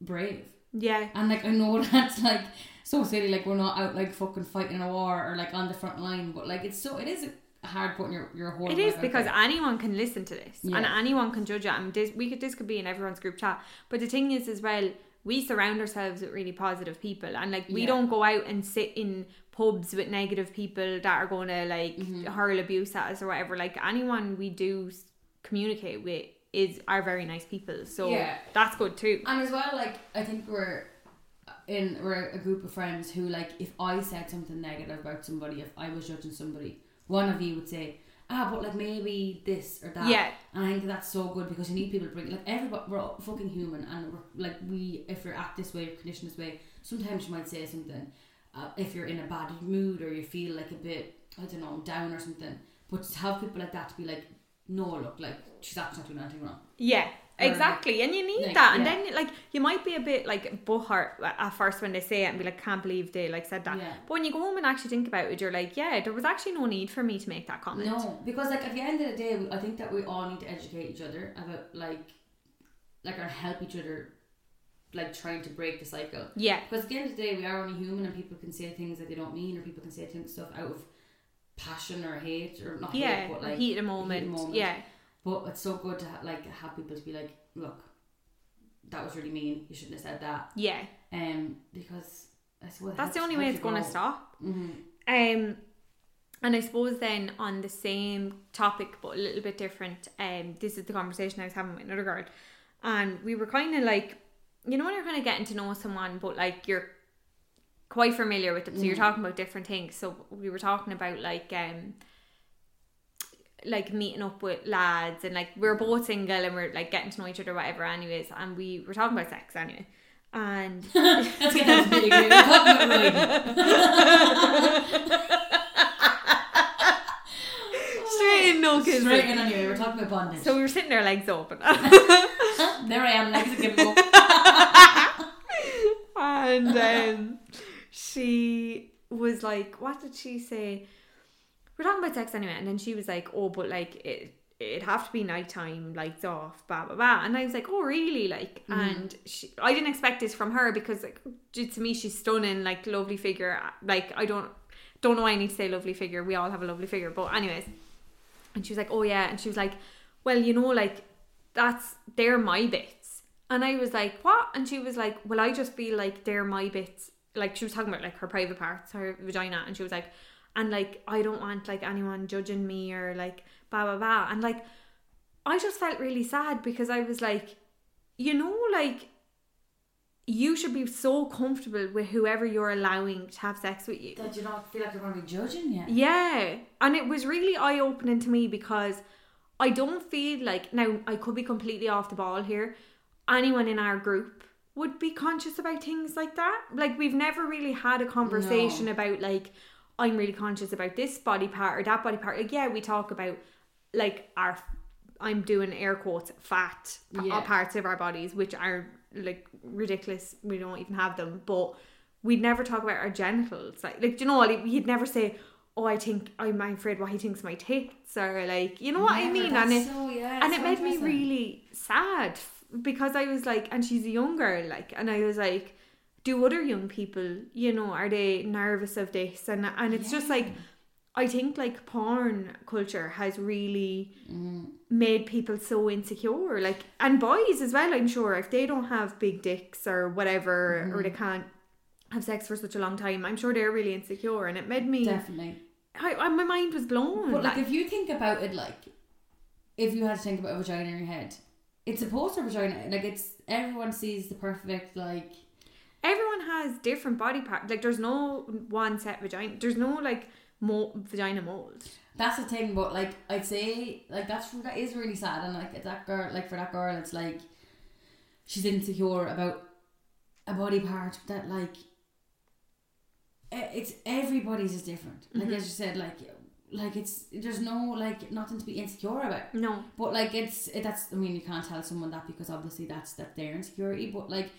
brave.
yeah,
And like I know [laughs] that's like so silly, like we're not out like fucking fighting a war or like on the front line, but like it's so it is hard putting your your whole.
it is
life out
because
there.
anyone can listen to this and
Yeah.
anyone can judge it. And this, we could this could be in everyone's group chat. But the thing is, as well, we surround ourselves with really positive people, and like we
Yeah.
don't go out and sit in pubs with negative people that are going to like
Mm-hmm.
hurl abuse at us or whatever. Like anyone we do s- communicate with is are very nice people, so
Yeah.
that's good too.
and as well like I think we're uh, in we're a group of friends who like if I said something negative about somebody, if I was judging somebody, one of you would say. Ah, but like maybe this or that.
Yeah.
and I think that's so good because you need people to bring like everybody. We're all fucking human, and we're, like we, if you're act this way, you're conditioned this way. Sometimes you might say something, uh, if you're in a bad mood or you feel like a bit, I don't know, down or something. But to have people like that to be like, no, look, like she's actually not doing anything wrong.
Yeah,
Or,
exactly. And you need
like,
that. And
yeah.
then, like, you might be a bit like butthurt at first when they say it and be like, can't believe they like said that.
Yeah.
But when you go home and actually think about it, you're like, yeah, there was actually no need for me to make that comment.
No, because like at the end of the day, we- I think that we all need to educate each other about like, like or help each other, like trying to break the cycle.
Yeah,
Because at the end of the day, we are only human, and people can say things that they don't mean, or people can say things stuff out of passion or hate, or not
yeah.
hate, but
or
like.
heat at a moment.
moment.
Yeah,
But it's so good to ha- like have people to be like, look, that was really mean. You shouldn't have said that.
yeah.
Um, because that's what
That's the only way it's going to stop.
Mm-hmm.
Um, and I suppose then on the same topic but a little bit different, um, this is the conversation I was having with another girl, and we were kind of like, you know, when you're kind of getting to know someone, but like you're quite familiar with them, so you're talking about different things. So we were talking about like um, like meeting up with lads and like we are both single and we're like getting to know each other, whatever. Anyways, and we were talking about sex anyway, and
Let's get that really good. We're talking about relating.
straight in no kissing.
Straight in anyway. We're talking about bondage.
So we were sitting there, legs [laughs] open.
[laughs] there I am, legs
[laughs]
again. Go.
and um, she was like, "What did she say?" We're talking about sex anyway, and then she was like, "Oh, but like it, it'd have to be nighttime, lights off, blah blah blah." And I was like, "Oh, really?" Like, and she, I didn't expect this from her because like j- to me she's stunning, like lovely figure. Like I don't don't know why I need to say lovely figure. We all have a lovely figure, but anyways. And she was like, "Oh yeah," and she was like, "Well, you know, like that's they're my bits." And I was like, "What?" And she was like, "Well, I just feel like they're my bits." Like she was talking about like her private parts, her vagina, and she was like, "And like I don't want like anyone judging me or like blah blah blah." And like I just felt really sad because I was like, you know, like you should be so comfortable with whoever you're allowing to have sex with you.
That you don't feel like you're going to be judging yet.
Yeah. And it was really eye opening to me because I don't feel like now I could be completely off the ball here. Anyone in our group would be conscious about things like that. Like we've never really had a conversation about like I'm really conscious about this body part or that body part. Like yeah, we talk about like our I'm doing air quotes fat p-
Yeah.
parts of our bodies which are like ridiculous. We don't even have them, but we'd never talk about our genitals. Like like do you know like you'd never say oh I think I'm afraid what he thinks of my tits or like you know what I
Never,
mean and
that's
it
so, yeah,
and it
it's so
made me
interesting.
really sad f- because I was like and she's a young girl like and I was like do other young people you know are they nervous of this and and it's just like I think like porn culture has really
Mm.
made people so insecure like and boys as well I'm sure if they don't have big dicks or whatever or
Mm-hmm.
they can't have sex for such a long time I'm sure they're really insecure and it made me
Definitely.
I, I, my mind was blown
But like,
Hmm, like,
if you think about it, like, if you had to think about a vagina in your head, it's supposed to be a vagina. Like, it's everyone sees the perfect like.
everyone has different body parts. Like there's no one set vagina. There's no like mo- vagina mold.
That's the thing, but like I'd say, like that's that is really sad, and like that girl, like for that girl, it's like she's insecure about a body part that like e- it's everybody's is different. Like as you said, like like it's there's no like nothing to be insecure about.
No.
But like it's it, that's I mean you can't tell someone that because obviously that's that their insecurity. But like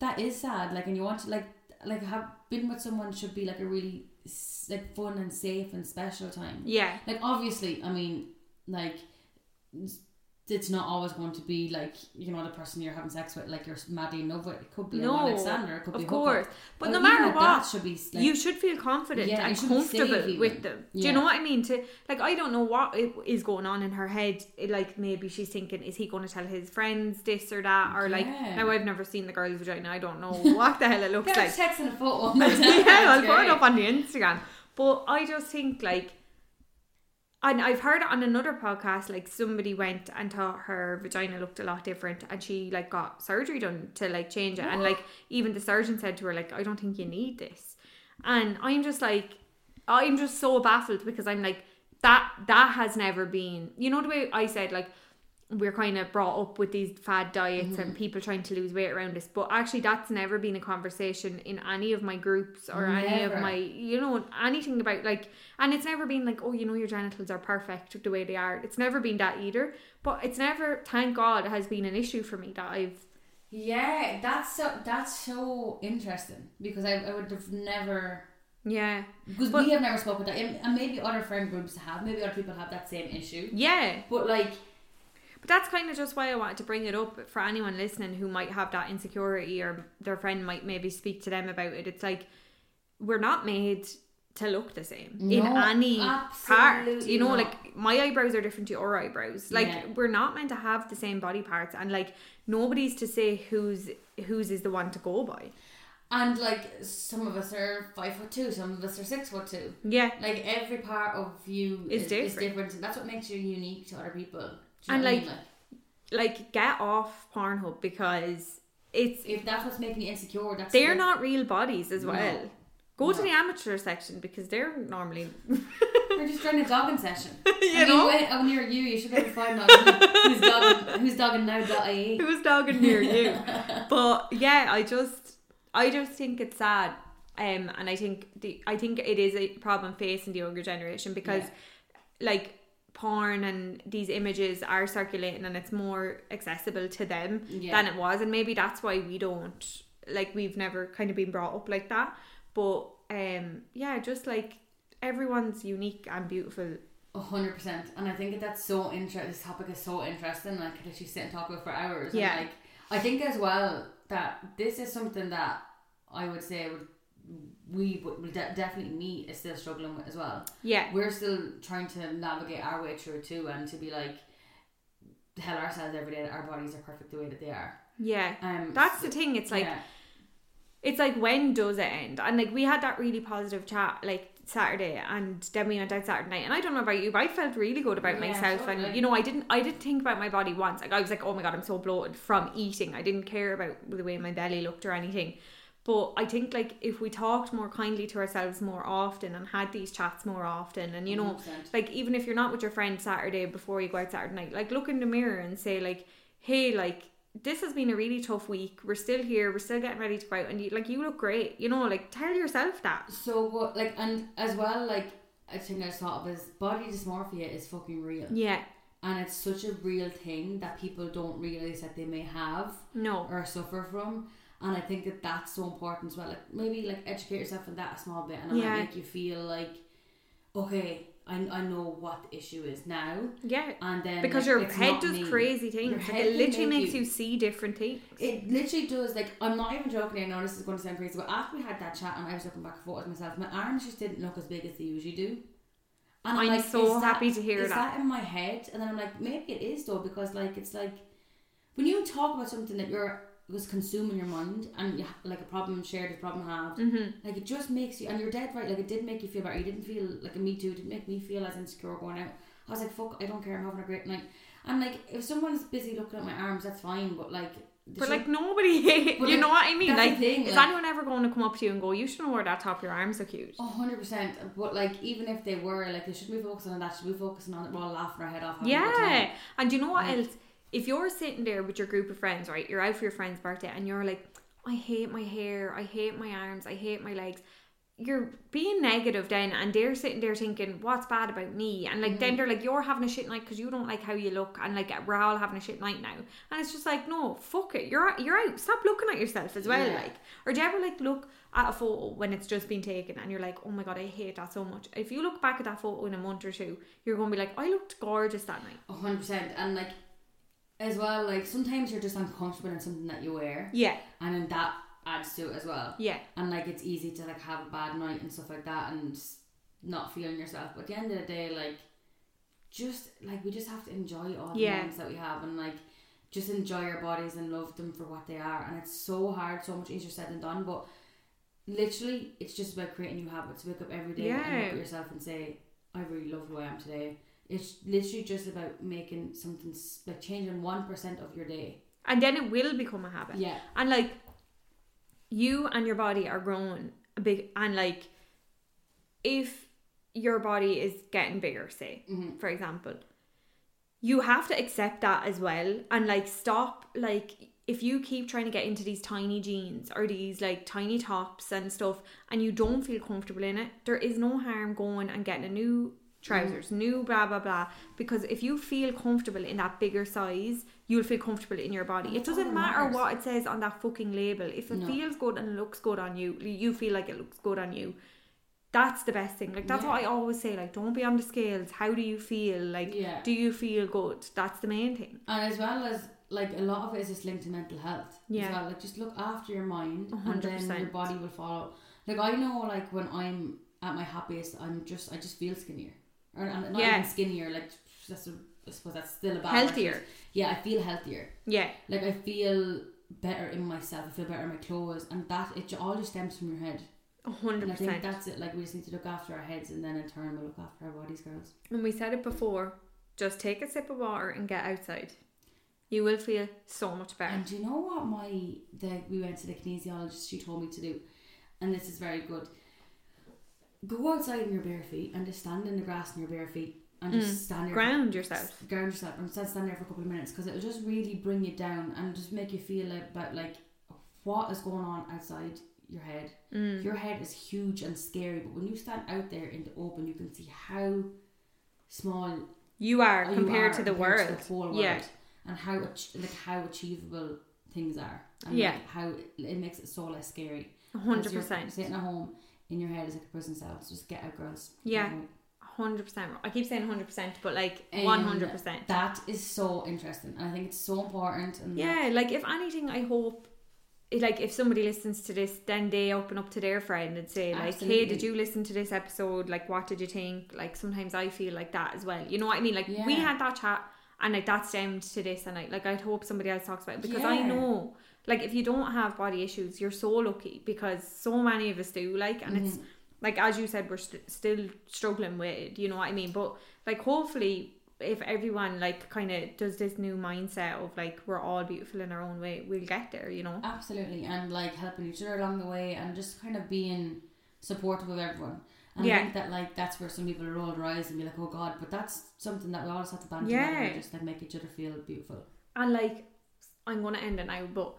that is sad. Like and you want to like like have been with someone should be like a really s- like fun and safe and special time.
Yeah.
Like obviously I mean like s- it's not always going to be like you know the person you're having sex with like you're madly in love with. It could be
No,
no, Alexander. It could be
Of
hookup.
course. But no
even
matter
like
what,
that should be like,
you should feel confident
Yeah, you
and
should be
comfortable
safe
with
even.
them. Do
Yeah.
you know what I mean? To like, I don't know what i- is going on in her head. It, like maybe she's thinking, is he going to tell his friends this or that, or like
Yeah.
now I've never seen the girl's vagina. I don't know what the hell it looks
yeah,
like.
just texting a [laughs] photo.
yeah, I'll put it
[laughs]
up on the Instagram. But I just think like, and I've heard on another podcast like somebody went and thought her vagina looked a lot different, and she like got surgery done to like change it, and like even the surgeon said to her like, I don't think you need this, and I'm just like, I'm just so baffled because I'm like that that has never been you know the way I said like we're kind of brought up with these fad diets and people trying to lose weight around this but actually that's never been a conversation in any of my groups or any of
Never.
my you know anything about like and it's never been like oh you know your genitals are perfect the way they are it's never been that either but it's never thank god has been an issue for me that I've
Yeah, that's so that's so interesting because I, I would have never
yeah
because
But-
we have never spoken that and and maybe other friend groups have maybe other people have that same issue
yeah
but like
But that's kind of just why I wanted to bring it up for anyone listening who might have that insecurity or their friend might maybe speak to them about it. It's like we're not made to look the same in
No,
any part.
absolutely
You know,
not.
like my eyebrows are different to your eyebrows. Like
Yeah.
we're not meant to have the same body parts and like nobody's to say whose whose is the one to go by.
and like some of us are five foot two some of us are six foot two
Yeah.
like every part of you
Is
is, is
different.
different. and that's what makes you unique to other people Do you know
And,
what I
like-
mean?
Like get off Pornhub because it's
if that's what's making you insecure that's
they're
like-
not real bodies as
No.
well. Go to
No.
the amateur section because they're normally
We're just doing a dogging session.
[laughs] You
I mean,
know?
when, when you're you, you should never find out who- who's dogging, who's dogging now.ie.
Who's dogging near you? but yeah, I just I just think it's sad. Um and I think the I think it is a problem facing the younger generation because like porn and these images are circulating and it's more accessible to them
Yeah.
than it was and maybe that's why we don't like we've never kind of been brought up like that. But um yeah, just like everyone's unique and beautiful.
A hundred percent, and I think that that's so interesting. This topic is so interesting. Like I could actually sit and talk about it for hours. And,
Yeah.
like I think as well that this is something that I would say would we would would de- definitely me is still struggling with as well.
Yeah.
We're still trying to navigate our way through it too, and to be like tell ourselves every day that our bodies are perfect the way that they are.
Yeah.
Um,
That's the thing, it's like
yeah.
it's like when does it end? And like we had that really positive chat like Saturday and then we went out Saturday night and I don't know about you, but I felt really good about
Yeah,
myself and
totally.
you know, I didn't I didn't think about my body once. Like I was like, Oh my god, I'm so bloated from eating. I didn't care about the way my belly looked or anything. But I think like if we talked more kindly to ourselves more often and had these chats more often and you know
100%.
like even if you're not with your friend Saturday before you go out Saturday night, like look in the mirror and say like, hey, like this has been a really tough week. We're still here. We're still getting ready to go out, and you like you look great. You know, like tell yourself that.
so what like and as well like I think I just thought of is body dysmorphia is fucking real.
Yeah.
and it's such a real thing that people don't realize that they may have
No.
or suffer from and i think that that's so important as well like maybe like educate yourself in that a small bit and it
Yeah.
might make you feel like okay I, I know what the issue is now
Yeah.
and then
Because
like,
your
it's
head
not
does
me.
crazy
Your
things. Like,
head
it
can
literally
make
makes you see different things.
it literally does like i'm not even joking i know this is going to sound crazy but after we had that chat and i was looking back and forth with myself my arms just didn't look as big as they usually do and
I'm so
is
happy to hear
is
that.
that in my head and then i'm like maybe it is though because like it's like when you talk about something that you're was consuming your mind and you, ha- like a problem shared a problem halved like it just makes you and you're dead right like it did make you feel better you didn't feel like a me too it didn't make me feel as insecure going out I was like fuck I don't care I'm having a great night and like if someone's busy looking at my arms that's fine but like they
But
should-
like nobody, [laughs] you
But, like,
know what I mean.
that's the
Like,
thing,
is
like-
anyone ever going to come up to you and go, "You shouldn't wear that top. Your arms are cute."
A hundred percent. But like, even if they were, like, they should be focusing on that. Should be focusing on it while laughing our head off. having a good
Yeah.
time.
And you know what
Like-
else? If you're sitting there with your group of friends, right, you're out for your friend's birthday and you're like, I hate my hair, I hate my arms, I hate my legs. you're being negative then and they're sitting there thinking what's bad about me and like then they're like you're having a shit night because you don't like how you look and like we're all having a shit night now and it's just like no fuck it you're out- you're out stop looking at yourself as well
Yeah.
like or do you ever like look at a photo when it's just been taken and you're like oh my god I hate that so much if you look back at that photo in a month or two you're gonna be like I looked gorgeous that night
A hundred percent. And like as well, like sometimes you're just uncomfortable in something that you wear,
yeah
and then that adds to it as well.
yeah
And like it's easy to like have a bad night and stuff like that, and just not feeling yourself. But at the end of the day, like just like we just have to enjoy all the
Yeah.
moments that we have, and like just enjoy our bodies and love them for what they are. And it's so hard, so much easier said than done, but. Literally, it's just about creating new habits. Wake up every day and
Yeah.
look at yourself and say, "I really love who I am today." It's literally just about making something, s- like changing one percent of your day.
and then it will become a habit
Yeah,
and like you and your body are growing a big and like if your body is getting bigger say
Mhm.
for example you have to accept that as well and like stop like if you keep trying to get into these tiny jeans or these like tiny tops and stuff and you don't feel comfortable in it there is no harm going and getting a new trousers new blah blah blah because if you feel comfortable in that bigger size you'll feel comfortable in your body it
That's all
doesn't
that
matter
matters.
what it says on that fucking label if it
No.
feels good and looks good on you you feel like it looks good on you that's the best thing like that's what i always say like don't be on the scales how do you feel like
yeah.
do you feel good? That's the main thing.
And as well as like a lot of it is just linked to mental health.
Yeah.
As well. Like just look after your mind
A
and
hundred
then your
percent.
body will follow. Like I know like when I'm at my happiest I'm just I just feel skinnier. Or and not
Yeah.
even skinnier, like that's a, I suppose that's still a bad word.
Healthier.
Yeah, I feel healthier.
Yeah,
Like I feel better in myself, I feel better in my clothes and that it all just stems from your head.
a hundred
And I think
percent.
that's it. Like we just need to look after our heads and then in turn we'll look after our bodies, girls.
And we said it before. Just take a sip of water and get outside. You will feel so much better.
And do you know what my the we went to the kinesiologist she told me to do, and this is very good. Go outside in your bare feet and just stand in the grass in your bare feet and just stand there.
Mm. Ground
for-
yourself.
Ground yourself and stand, stand there for a couple of minutes because it'll just really bring you down and just make you feel like, about like what is going on outside your head.
Mm.
Your head is huge and scary, but when you stand out there in the open, you can see how small
You are
Oh, you
compared
are
to the
compared
world.
to the whole world
Yeah,
and how ach- like how achievable things are and
Yeah.
like how it, it makes it so less scary
a
Whereas
hundred
you're
percent.
sitting at home in your head is like a prison cell so just get out girls
Yeah.
Get out.
A hundred percent. I keep saying a hundred percent, but like
Um,
one hundred percent.
that is so interesting and I think it's so important and
Yeah, like if anything, I hope. it- Like if somebody listens to this, then they open up to their friend and say, like, "Hey, did
Absolutely.
you listen to this episode? Like, what did you think?" Like sometimes I feel like that as well. You know what I mean? Like we
Yeah.
had that chat, and like that stemmed to this, and I like I'd hope somebody else talks about it because I
Yeah.
know, like, if you don't have body issues, you're so lucky because so many of us do. Like, and
Mhm.
it's like as you said, we're st- still struggling with it. You know what I mean? But like hopefully if everyone like kind of does this new mindset of like we're all beautiful in our own way we'll get there you know
absolutely and like helping each other along the way and just kind of being supportive of everyone and I
Yeah.
think that like that's where some people roll their eyes and be like oh god but that's something that we always have to band together
Yeah.
and just like make each other feel beautiful
and like i'm gonna end it now but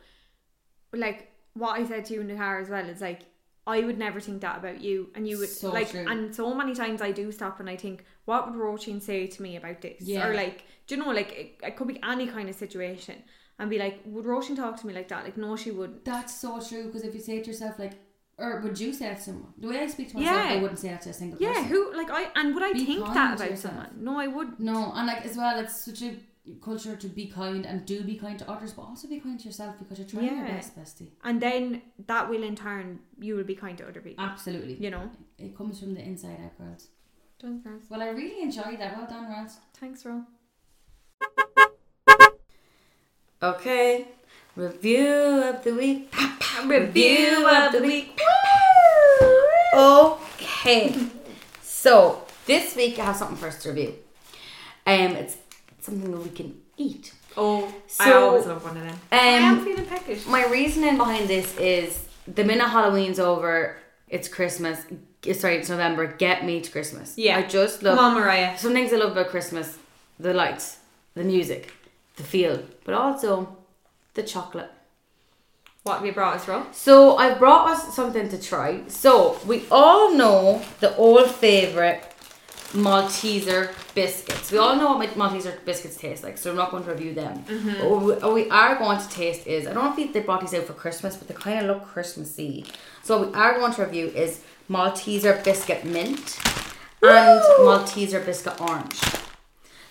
like what i said to you in the car as well is like i would never think that about you and you would
So
like
true.
and so many times i do stop and i think what would Roisin say to me about this
Yeah.
or like do you know like it, it could be any kind of situation and be like would Roisin talk to me like that like no she wouldn't
That's so true because if you say it to yourself, like, or would you say that to someone? The way I speak to myself, I
Yeah.
wouldn't say that to a single
yeah
person.
who like i and would i
Be
think
kind
that
to
about
yourself.
someone no i would
No, and like as well, it's such a culture to be kind and do be kind to others, but also be kind to yourself because you're trying your
Yeah.
best, bestie.
and then that will in turn you will be kind to other people
Absolutely.
you know
It comes from the inside out, girls.
Done, girls.
Well, I really enjoyed that. Well done, Rance.
thanks Ro.
Okay. Review of the week.
review of the week
Okay. so this week I have something for us to review. Um, it's something that we can eat.
oh i
So-
always love one of them i am
Um,
feeling peckish
my reasoning behind this is the minute Halloween's over, it's Christmas. g- Sorry, it's November. Get me to Christmas.
Yeah.
I just
come
love
on mariah
some things I love about Christmas: the lights, the music, the feel, but also the chocolate.
What have you brought us, Ro?
So I brought us something to try. So we all know the old favorite Malteser biscuits. We all know what my Malteser biscuits taste like, so I'm not going to review them. But what we, what we are going to taste is I don't know if they brought these out for Christmas, but they kind of look Christmassy. So what we are going to review is Malteser biscuit mint and Malteser biscuit orange.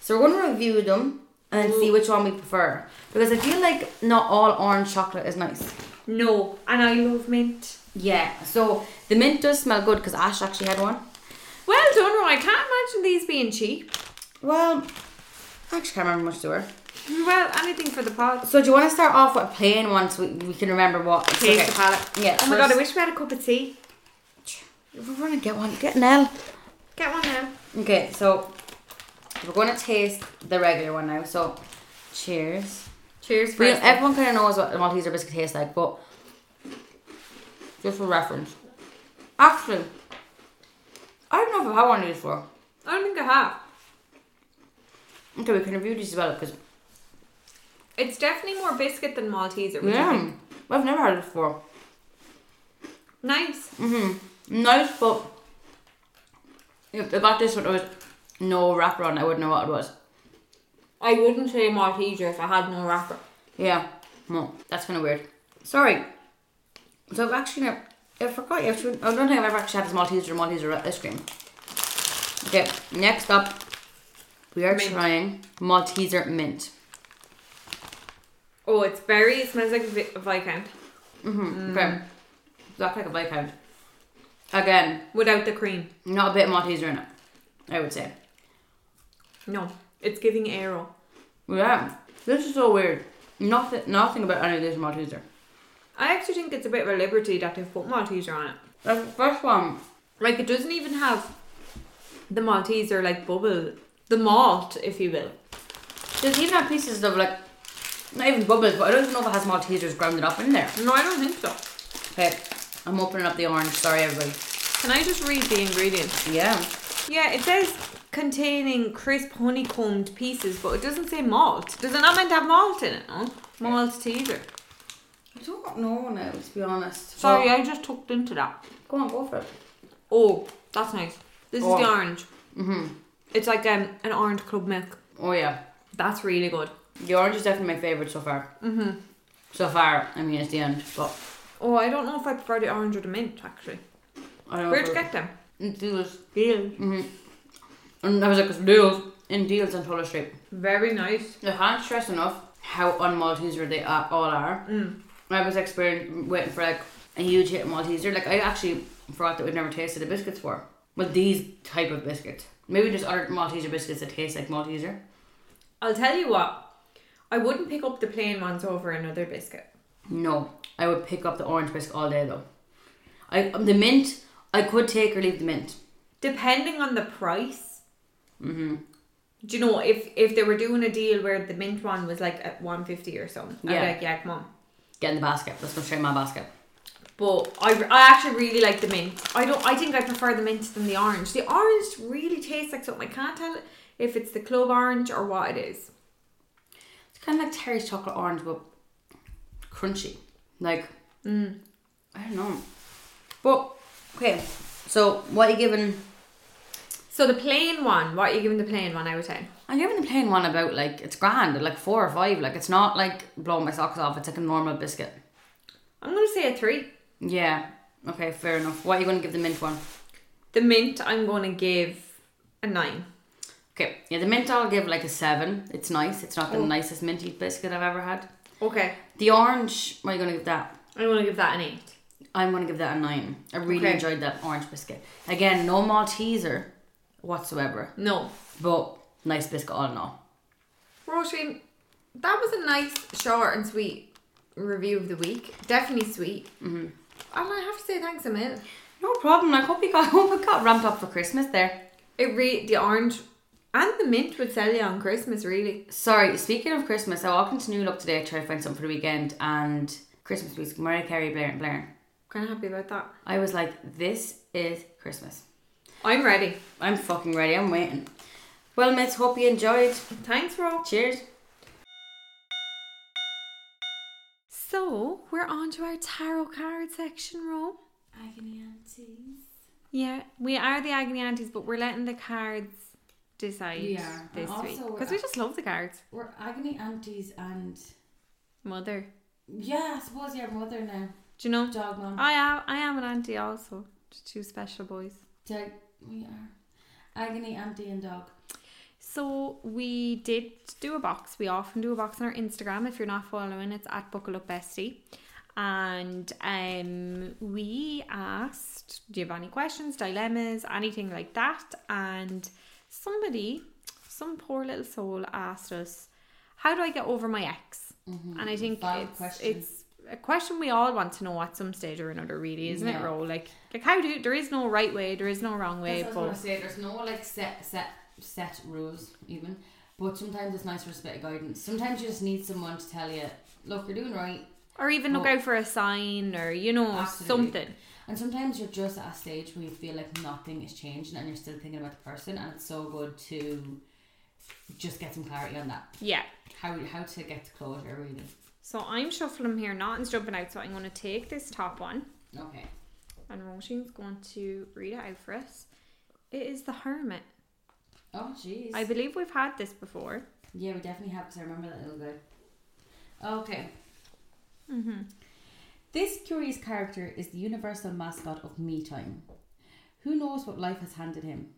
So we're going to review them and see which one we prefer because I feel like not all orange chocolate is nice.
No, and I love mint.
Yeah, so the mint does smell good because Ash actually had one.
Well done, Ro. I can't imagine these being cheap.
Well, I actually can't remember much to her.
Well, anything for the pot.
So do you want to start off with plain one so we, we can remember what? it's
Taste the palate.
Yeah.
Oh my god, I
first-
wish we had a cup of tea.
If we're gonna get one, get an L.
Get one now.
Okay, so we're gonna taste the regular one now. So, cheers.
Cheers for
We, everyone kind of knows what a Malteser biscuit tastes like, but just for reference, actually, I don't know if I've had one of these before.
I don't think I have.
Okay, we can review these as well because
It's definitely more biscuit than Malteser, would you
yeah,
think?
I've never had it before.
Nice.
Mm-hmm. Nice, but if I got this one, there was no wrapper on. I wouldn't know what it was.
I wouldn't say Malteser if I had no wrapper.
Yeah, no, that's kind of weird. Sorry. So I've actually, never, I forgot. I actually- I don't think I've ever actually had this Malteser or Malteser ice cream. Okay, next up, we are
Mint.
trying Malteser mint.
Oh, it's very. It smells like vi- Viscount
Mm-hmm. Okay, that's like a viscount. Again,
without the cream.
not a bit of Malteser in it. I would say.
No, it's giving arrow.
Yeah, this is so weird. Nothing, nothing about any of this Malteser.
I actually think it's a bit of a liberty that they've put Malteser on it.
That's the first one.
Like it doesn't even have the Malteser like bubble, the malt, if you will.
There's even have pieces of like, not even bubbles, but I don't even know if it has Maltesers grounded up in there.
No, I don't think so.
Okay, I'm opening up the orange. Sorry, everybody.
Can I just read the ingredients?
Yeah.
Yeah, it says containing crisp honeycombed pieces, but it doesn't say malt. Does it not meant to have malt in it? No, Malteser.
I don't know now, to be honest.
Sorry, I just tucked into that.
go on, go for it.
Oh, that's nice. This
Oh.
is the orange.
Mm-hmm.
It's like um, an orange club milk.
Oh, yeah.
That's really good.
The orange is definitely my favourite so far.
Mm-hmm.
So far, I mean, it's the end, but
Oh, I don't know if I prefer the orange or the mint actually.
I don't know.
Where'd you get them?
In deals.
Deal.
Mm-hmm. And I was like, it's deals. In deals on Toller Street.
Very nice.
I can't stress enough how un-Malteser they are, all are.
Mm.
I was experiencing waiting for like a huge hit of Malteser. Like I actually forgot that we'd never tasted the biscuits before. Well, these type of biscuits. Maybe just other Malteser biscuits that taste like Malteser.
I'll tell you what. I wouldn't pick up the plain ones over another biscuit.
No, I would pick up the orange biscuit all day though. I um, the mint. I could take or leave the mint.
Depending on the price.
Mhm.
Do you know if if they were doing a deal where the mint one was like at one fifty or something? I'd be
Yeah.
like, yeah, come on.
Get in the basket. Let's go straight in my basket.
But I, I actually really like the mint. I don't. I think I prefer the mint than the orange. The orange really tastes like something. I can't tell if it's the clove orange or what it is.
It's kind of like Terry's chocolate orange, but crunchy. Like
Mm.
I don't know. But okay, so what are you giving?
So the plain one. What are you giving the plain one? I would say.
I'm giving the plain one about like it's grand, like four or five. Like it's not like blowing my socks off. It's like a normal biscuit.
I'm gonna say a three.
Yeah. Okay, fair enough. What are you going to give the mint one?
The mint. I'm gonna give a nine.
Okay, yeah, the mint I'll give like a seven. It's nice. It's not the
Oh.
nicest minty biscuit I've ever had.
Okay.
The orange, what are you going to give that?
I'm gonna give that an eight.
I'm going to give that a nine. I really
Okay.
enjoyed that orange biscuit. Again, no Malteser whatsoever,
No,
but nice biscuit all in all.
Roisin. That was a nice, short and sweet review of the week. Definitely sweet.
Mhm.
And I have to say thanks a mil.
No problem. I hope you got, [laughs] hope it got ramped up for Christmas there.
It re the orange and the mint would sell you on Christmas, really.
Sorry, speaking of Christmas, I walked into New Look today to try to find something for the weekend and Christmas music, Mariah Carey, Blair and Blair.
Kind of happy about that.
I was like, this is Christmas.
I'm ready.
I'm fucking ready, I'm waiting. Well, mates, hope you enjoyed.
Thanks, Ro.
Cheers.
So we're on to our tarot card section, Ro.
Agony aunties.
Yeah, we are the agony aunties, but we're letting the cards decide
We are.
this
And
week
also we're
because we
a-
just love the cards.
We're agony aunties and
Mother,
yeah, I suppose your mother now.
do you know?
Dog mom.
I am. I am an auntie also. to Two special boys.
Dog. We are agony auntie and dog.
So we did do a box. We often do a box on our Instagram. If you're not following, it's at Buckle Up Bestie. And um, we asked, do you have any questions, dilemmas, anything like that? And somebody, some poor little soul, asked us, how do I get over my ex? And I think
Valid
it's,
Mm, question.
it's a question we all want to know at some stage or another, really, isn't it,
Yeah.
Ro? Like, like how do there is no right way, there is no wrong way,
That's what I was
but
gonna say. There's no like set set set rules even, but sometimes it's nice for a bit of guidance. Sometimes you just need someone to tell you, look, you're doing right,
or even look
Well-
out for a sign or you know
Absolutely.
something.
And sometimes you're just at a stage where you feel like nothing is changing and you're still thinking about the person, and it's so good to just get some clarity on that.
Yeah.
How how to get to closure, really.
So I'm shuffling here, Nothing's jumping out. So I'm going to take this top one,
Okay.
and Roisin's going to read it out for us. It is the Hermit.
Oh, jeez.
I believe we've had this before.
Yeah, we definitely have because I remember that little guy. Okay.
Mm-hmm.
This curious character is the universal mascot of me time. Who knows what life has handed him?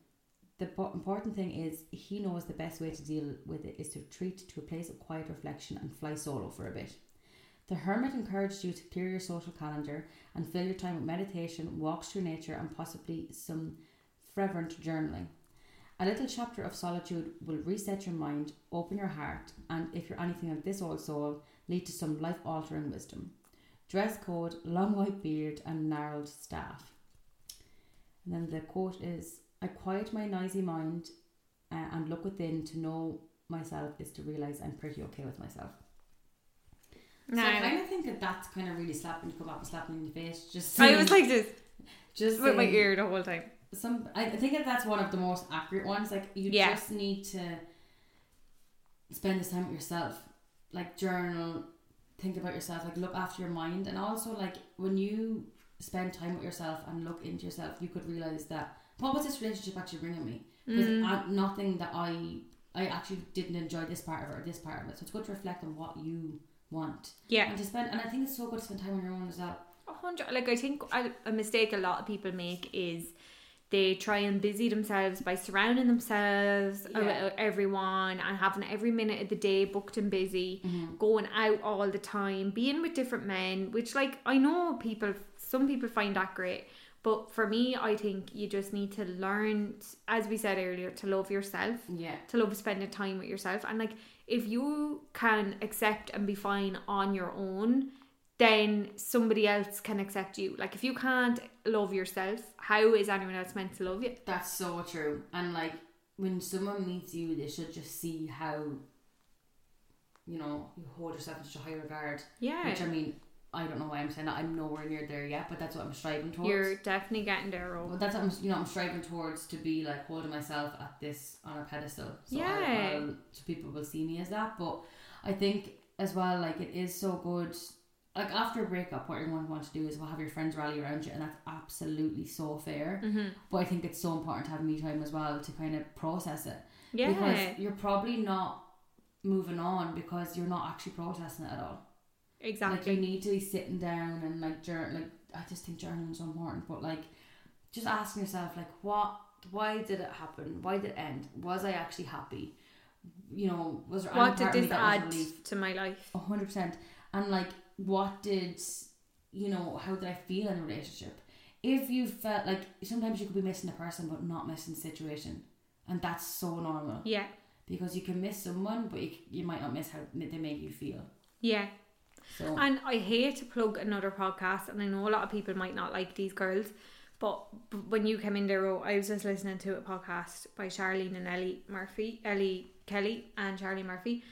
The po- important thing is he knows the best way to deal with it is to retreat to a place of quiet reflection and fly solo for a bit. The hermit encouraged you to clear your social calendar and fill your time with meditation, walks through nature, and possibly some fervent journaling. A little chapter of solitude will reset your mind, open your heart, and if you're anything like this old soul, lead to some life altering wisdom. Dress code, long white beard, and gnarled staff. And then the quote is I quiet my noisy mind uh, and look within to know myself is to realize I'm pretty okay with myself. So I
Now,
kind of think that that's kind of really slapping to come up and slapping in the face. Just
I
saying-
was like this
just
with my
saying-
ear the whole time.
some I I think that that's one of the most accurate ones. Like you
Yeah.
just need to spend this time with yourself, like journal, think about yourself, like look after your mind, and also like when you spend time with yourself and look into yourself, you could realize that what was this relationship actually bringing me? Because
Mm.
nothing that I I actually didn't enjoy this part of it or this part of it. So it's good to reflect on what you want
Yeah.
and to spend. And I think it's so good to spend time on your own as well.
A hundred. Like I think a, a mistake a lot of people make is they try and busy themselves by surrounding themselves
Yeah.
with everyone and having every minute of the day booked and busy, going out all the time, being with different men. Which like I know people, some people find that great. But for me, I think you just need to learn, as we said earlier, to love yourself
Yeah.
to love spending time with yourself and like if you can accept and be fine on your own then somebody else can accept you like if you can't love yourself how is anyone else meant to love you
That's so true. And like when someone meets you, they should just see how you know you hold yourself in such a high regard.
yeah
Which I mean, I don't know why I'm saying that. I'm nowhere near there yet, but that's what I'm striving towards.
you're definitely getting there
But
Ro.
that's what I'm you know I'm striving towards to be like holding myself at this on a pedestal. So
Yeah.
I, I'll, so people will see me as that. But I think as well like it is so good. Like after a breakup, what you want want to do is well have your friends rally around you, and that's absolutely so fair.
Mm-hmm.
But I think it's so important to have me time as well to kind of process it
yeah
because you're probably not moving on because you're not actually processing it at all. Like you
exactly
need to be sitting down and like journal. Like I just think journaling is so important. But like, just asking yourself like, what? Why did it happen? Why did it end? Was I actually happy? You know, was there
what
any
did this
part of me that was
add
relieved?
to my life
A hundred percent. And like, what did you know? How did I feel in a relationship? If you felt like sometimes you could be missing the person but not missing the situation, and that's so normal
yeah
because you can miss someone but you, you might not miss how they make you feel.
yeah
So
And I hate to plug another podcast, and I know a lot of people might not like these girls, but b- when you came in there, Ro, I was just listening to a podcast by Charlene and Ellie Murphy, Ellie Kelly and Charlene Murphy.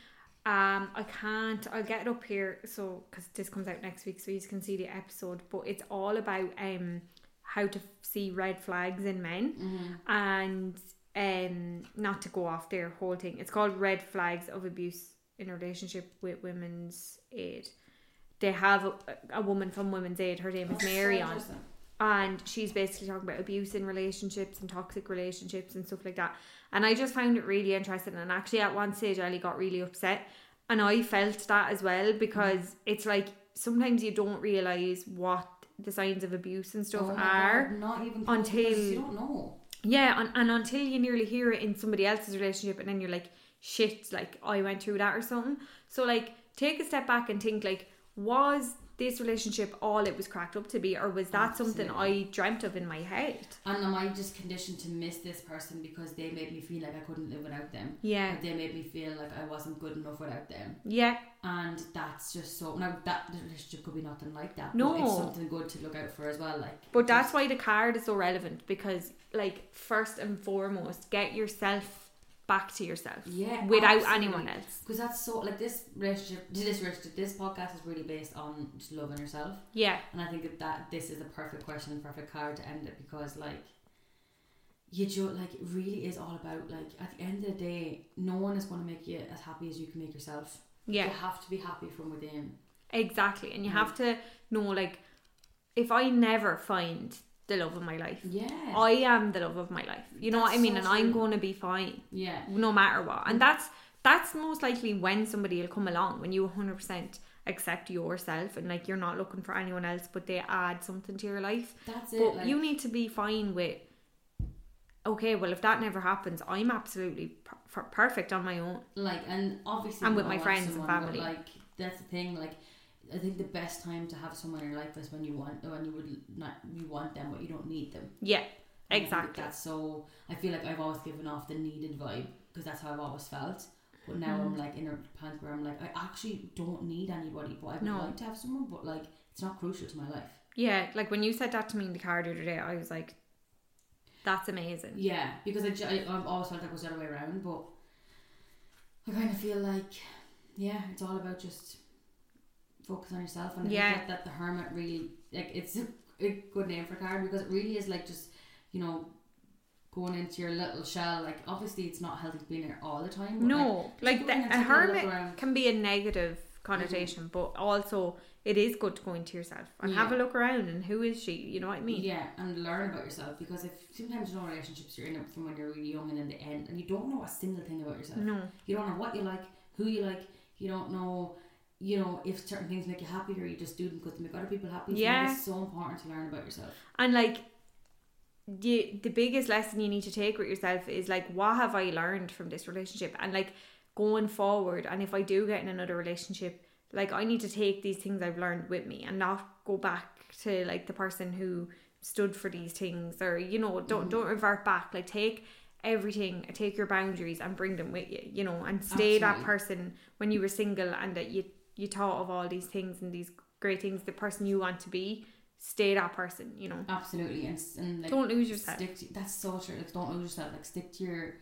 Um, I can't. I'll get it up here so because this comes out next week, so you can see the episode. But it's all about um how to f- see red flags in men
mm-hmm.
and um not to go off their whole thing. It's called Red Flags of Abuse in Relationship with Women's Aid they have a, a woman from Women's Aid. Her name is Mary on,
That's Oh, so interesting.
and she's basically talking about abuse in relationships and toxic relationships and stuff like that. And I just found it really interesting. And actually, at one stage, Ellie got really upset, and I felt that as well because
Mm-hmm.
it's like sometimes you don't realize what the signs of abuse and stuff
Oh my
are.
God, not even
until-
because you don't know.
Yeah, and, and until you nearly hear it in somebody else's relationship, and then you're like, shit, like I went through that or something. So like, take a step back and think like, was this relationship all it was cracked up to be, or was that something I dreamt of in my head?
And am I just conditioned to miss this person because they made me feel like I couldn't live without them?
Yeah,
Like they made me feel like I wasn't good enough without them.
yeah,
And that's just so now that the relationship could be nothing like that. But
No.
it's something good to look out for as well. Like
But that's why the card is so relevant because, like, first and foremost, get yourself back to yourself.
Yeah,
Without
absolutely.
anyone else.
because that's so like this relationship this relationship this podcast is really based on just loving yourself.
Yeah.
And I think that, that this is the perfect question, perfect card to end it because like you do like it really is all about like at the end of the day, no one is going to make you as happy as you can make yourself.
Yeah.
You have to be happy from within.
Exactly. And you
Mm.
have to know, like, if I never find the love of my life,
Yeah.
I am the love of my life. You know what
That's
I mean?
so
and I'm
true.
going to be fine
yeah.
no matter what. And that's that's most likely when somebody will come along when you 100% accept yourself and like you're not looking for anyone else but they add something to your life.
That's it.
But
like,
you need to be fine with okay, well if that never happens, I'm absolutely per- per- perfect on my own.
like and obviously
And
we
with
all
my
want
friends and
someone, but,
family.
like that's the thing like i think the best time to have someone in your life is when you want when you would not you want them but you don't need them
Yeah.
And I think
Exactly.
that's so i feel like i've always given off the needed vibe because that's how i've always felt but now
Mm-hmm.
i'm like in a point where i'm like i actually don't need anybody but i would
No.
like to have someone but like it's not crucial to my life
Yeah, like when you said that to me in the car the other day, I was like that's amazing.
Yeah, because I, ju- I, I've always felt like it was the other way around, but I kind of feel like, yeah, it's all about just focus on yourself. And I
Yeah.
think that, that the hermit really, like, it's a, a good name for a card because it really is like just, you know, going into your little shell. Like, obviously, it's not healthy being here all the time. but, like,
No, like
just
the,
going and
a
taking look
hermit
around.
can be a negative connotation, but also it is good to go into yourself and have a
Mm-hmm. Yeah.
look around and who is she? You know what I mean?
Yeah, and learn about yourself because if sometimes you know relationships you're in it from when you're really young and in the end, and you don't know a single thing about yourself.
No.
You don't know what you like, who you like. You don't know, you know, if certain things make you happy or you just do them because they make other people happy. So I think
Yeah.
it's so important to learn about yourself.
And like the the biggest lesson you need to take with yourself is like what have I learned from this relationship and like going forward and if I do get in another relationship like I need to take these things I've learned with me and not go back to like the person who stood for these things or you know don't don't revert back like take everything take your boundaries and bring them with you you know and stay that
Absolutely.
person when you were single and that you you thought of all these things and these great things the person you want to be stay that person you know
Absolutely, and s- and like
don't lose yourself.
stick to that's so true. Like don't lose yourself. Like stick to your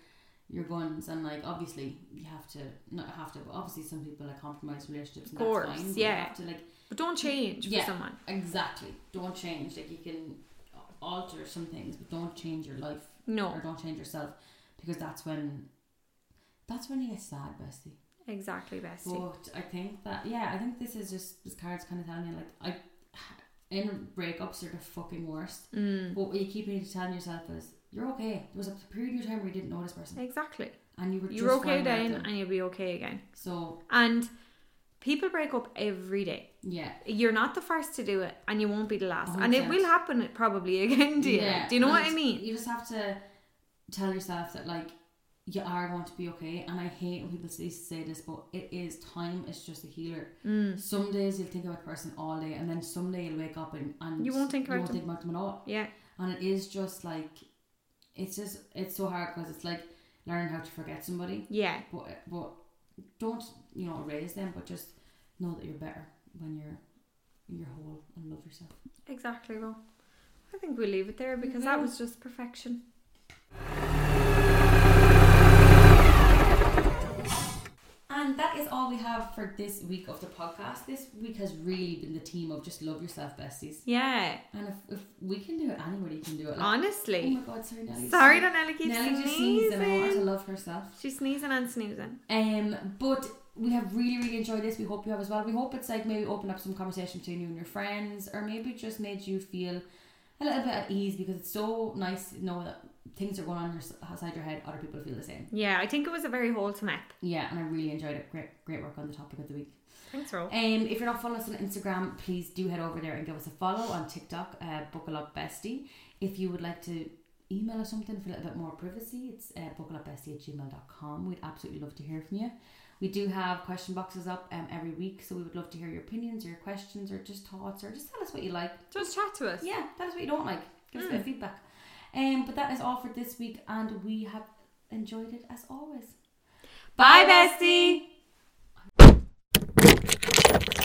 your guns and like obviously you have to not have to, but obviously some people like compromise relationships. And
Course,
that's fine, but
yeah.
You have to like
But don't change
Yeah.
for someone.
exactly don't change. Like you can alter some things, but don't change your life
No,
or don't change yourself because that's when that's when you get sad, bestie.
exactly, bestie.
But I think that yeah, I think this is just this card's kind of telling you like I in breakups are the fucking worst.
Mm.
But what you keep needing to tell yourself is you're okay. There was a period in your time where you didn't know this person
Exactly.
and you were
You're
just
okay
fine without
then,
them.
and you'll be okay again.
So
And people break up every day.
yeah,
You're not the first to do it, and you won't be the last. And it
100%.
will happen probably [laughs] again to you.
yeah.
Do you know what I
and
mean?
You just have to tell yourself that like you are going to be okay. And I hate when people say say this, but it is time. It's just a healer.
Mm.
Some days you'll think about the person all day, and then someday you'll wake up and, and
You won't think about
you won't
them.
think about them at all.
Yeah,
And it is just like, it's just it's so hard because it's like learning how to forget somebody,
yeah,
but eh, but don't you know erase them, but just know that you're better when you're you're whole and love yourself.
exactly. Well, I think we'll leave it there because that
Mm-hmm.
was just perfection.
And that is all we have for this week of the podcast. This week has really been the theme of just love yourself, besties.
Yeah,
And if, if we can do it, anybody can do it. Like, oh
honestly.
my god, sorry, Nelly.
Sorry that Nelly keeps
Nelly just sneezed and I want her to
sneezing.
love herself.
She's sneezing and snoozing.
Um, but we have really, really enjoyed this. We hope you have as well. We hope it's like maybe opened up some conversation between you and your friends, or maybe just made you feel a little bit at ease because it's so nice to know that things are going on your, s- outside your head. Other people feel the same.
Yeah, I think it was a very wholesome app.
Yeah, and I really enjoyed it. Great, great work on the topic of the week.
Thanks, Ro.
Um, if you're not following us on Instagram, please do head over there and give us a follow on TikTok, uh, Buckle Up Bestie. If you would like to email us something for a little bit more privacy, it's uh, buckleupbestie at gmail.com. We'd absolutely love to hear from you. We do have question boxes up um, every week, so we would love to hear your opinions or your questions or just thoughts or just tell us what you like.
Just chat to us.
Yeah, tell us what you don't like. Give us a bit of feedback. Um, but that is all for this week, and we have enjoyed it as always.
Bye, bestie.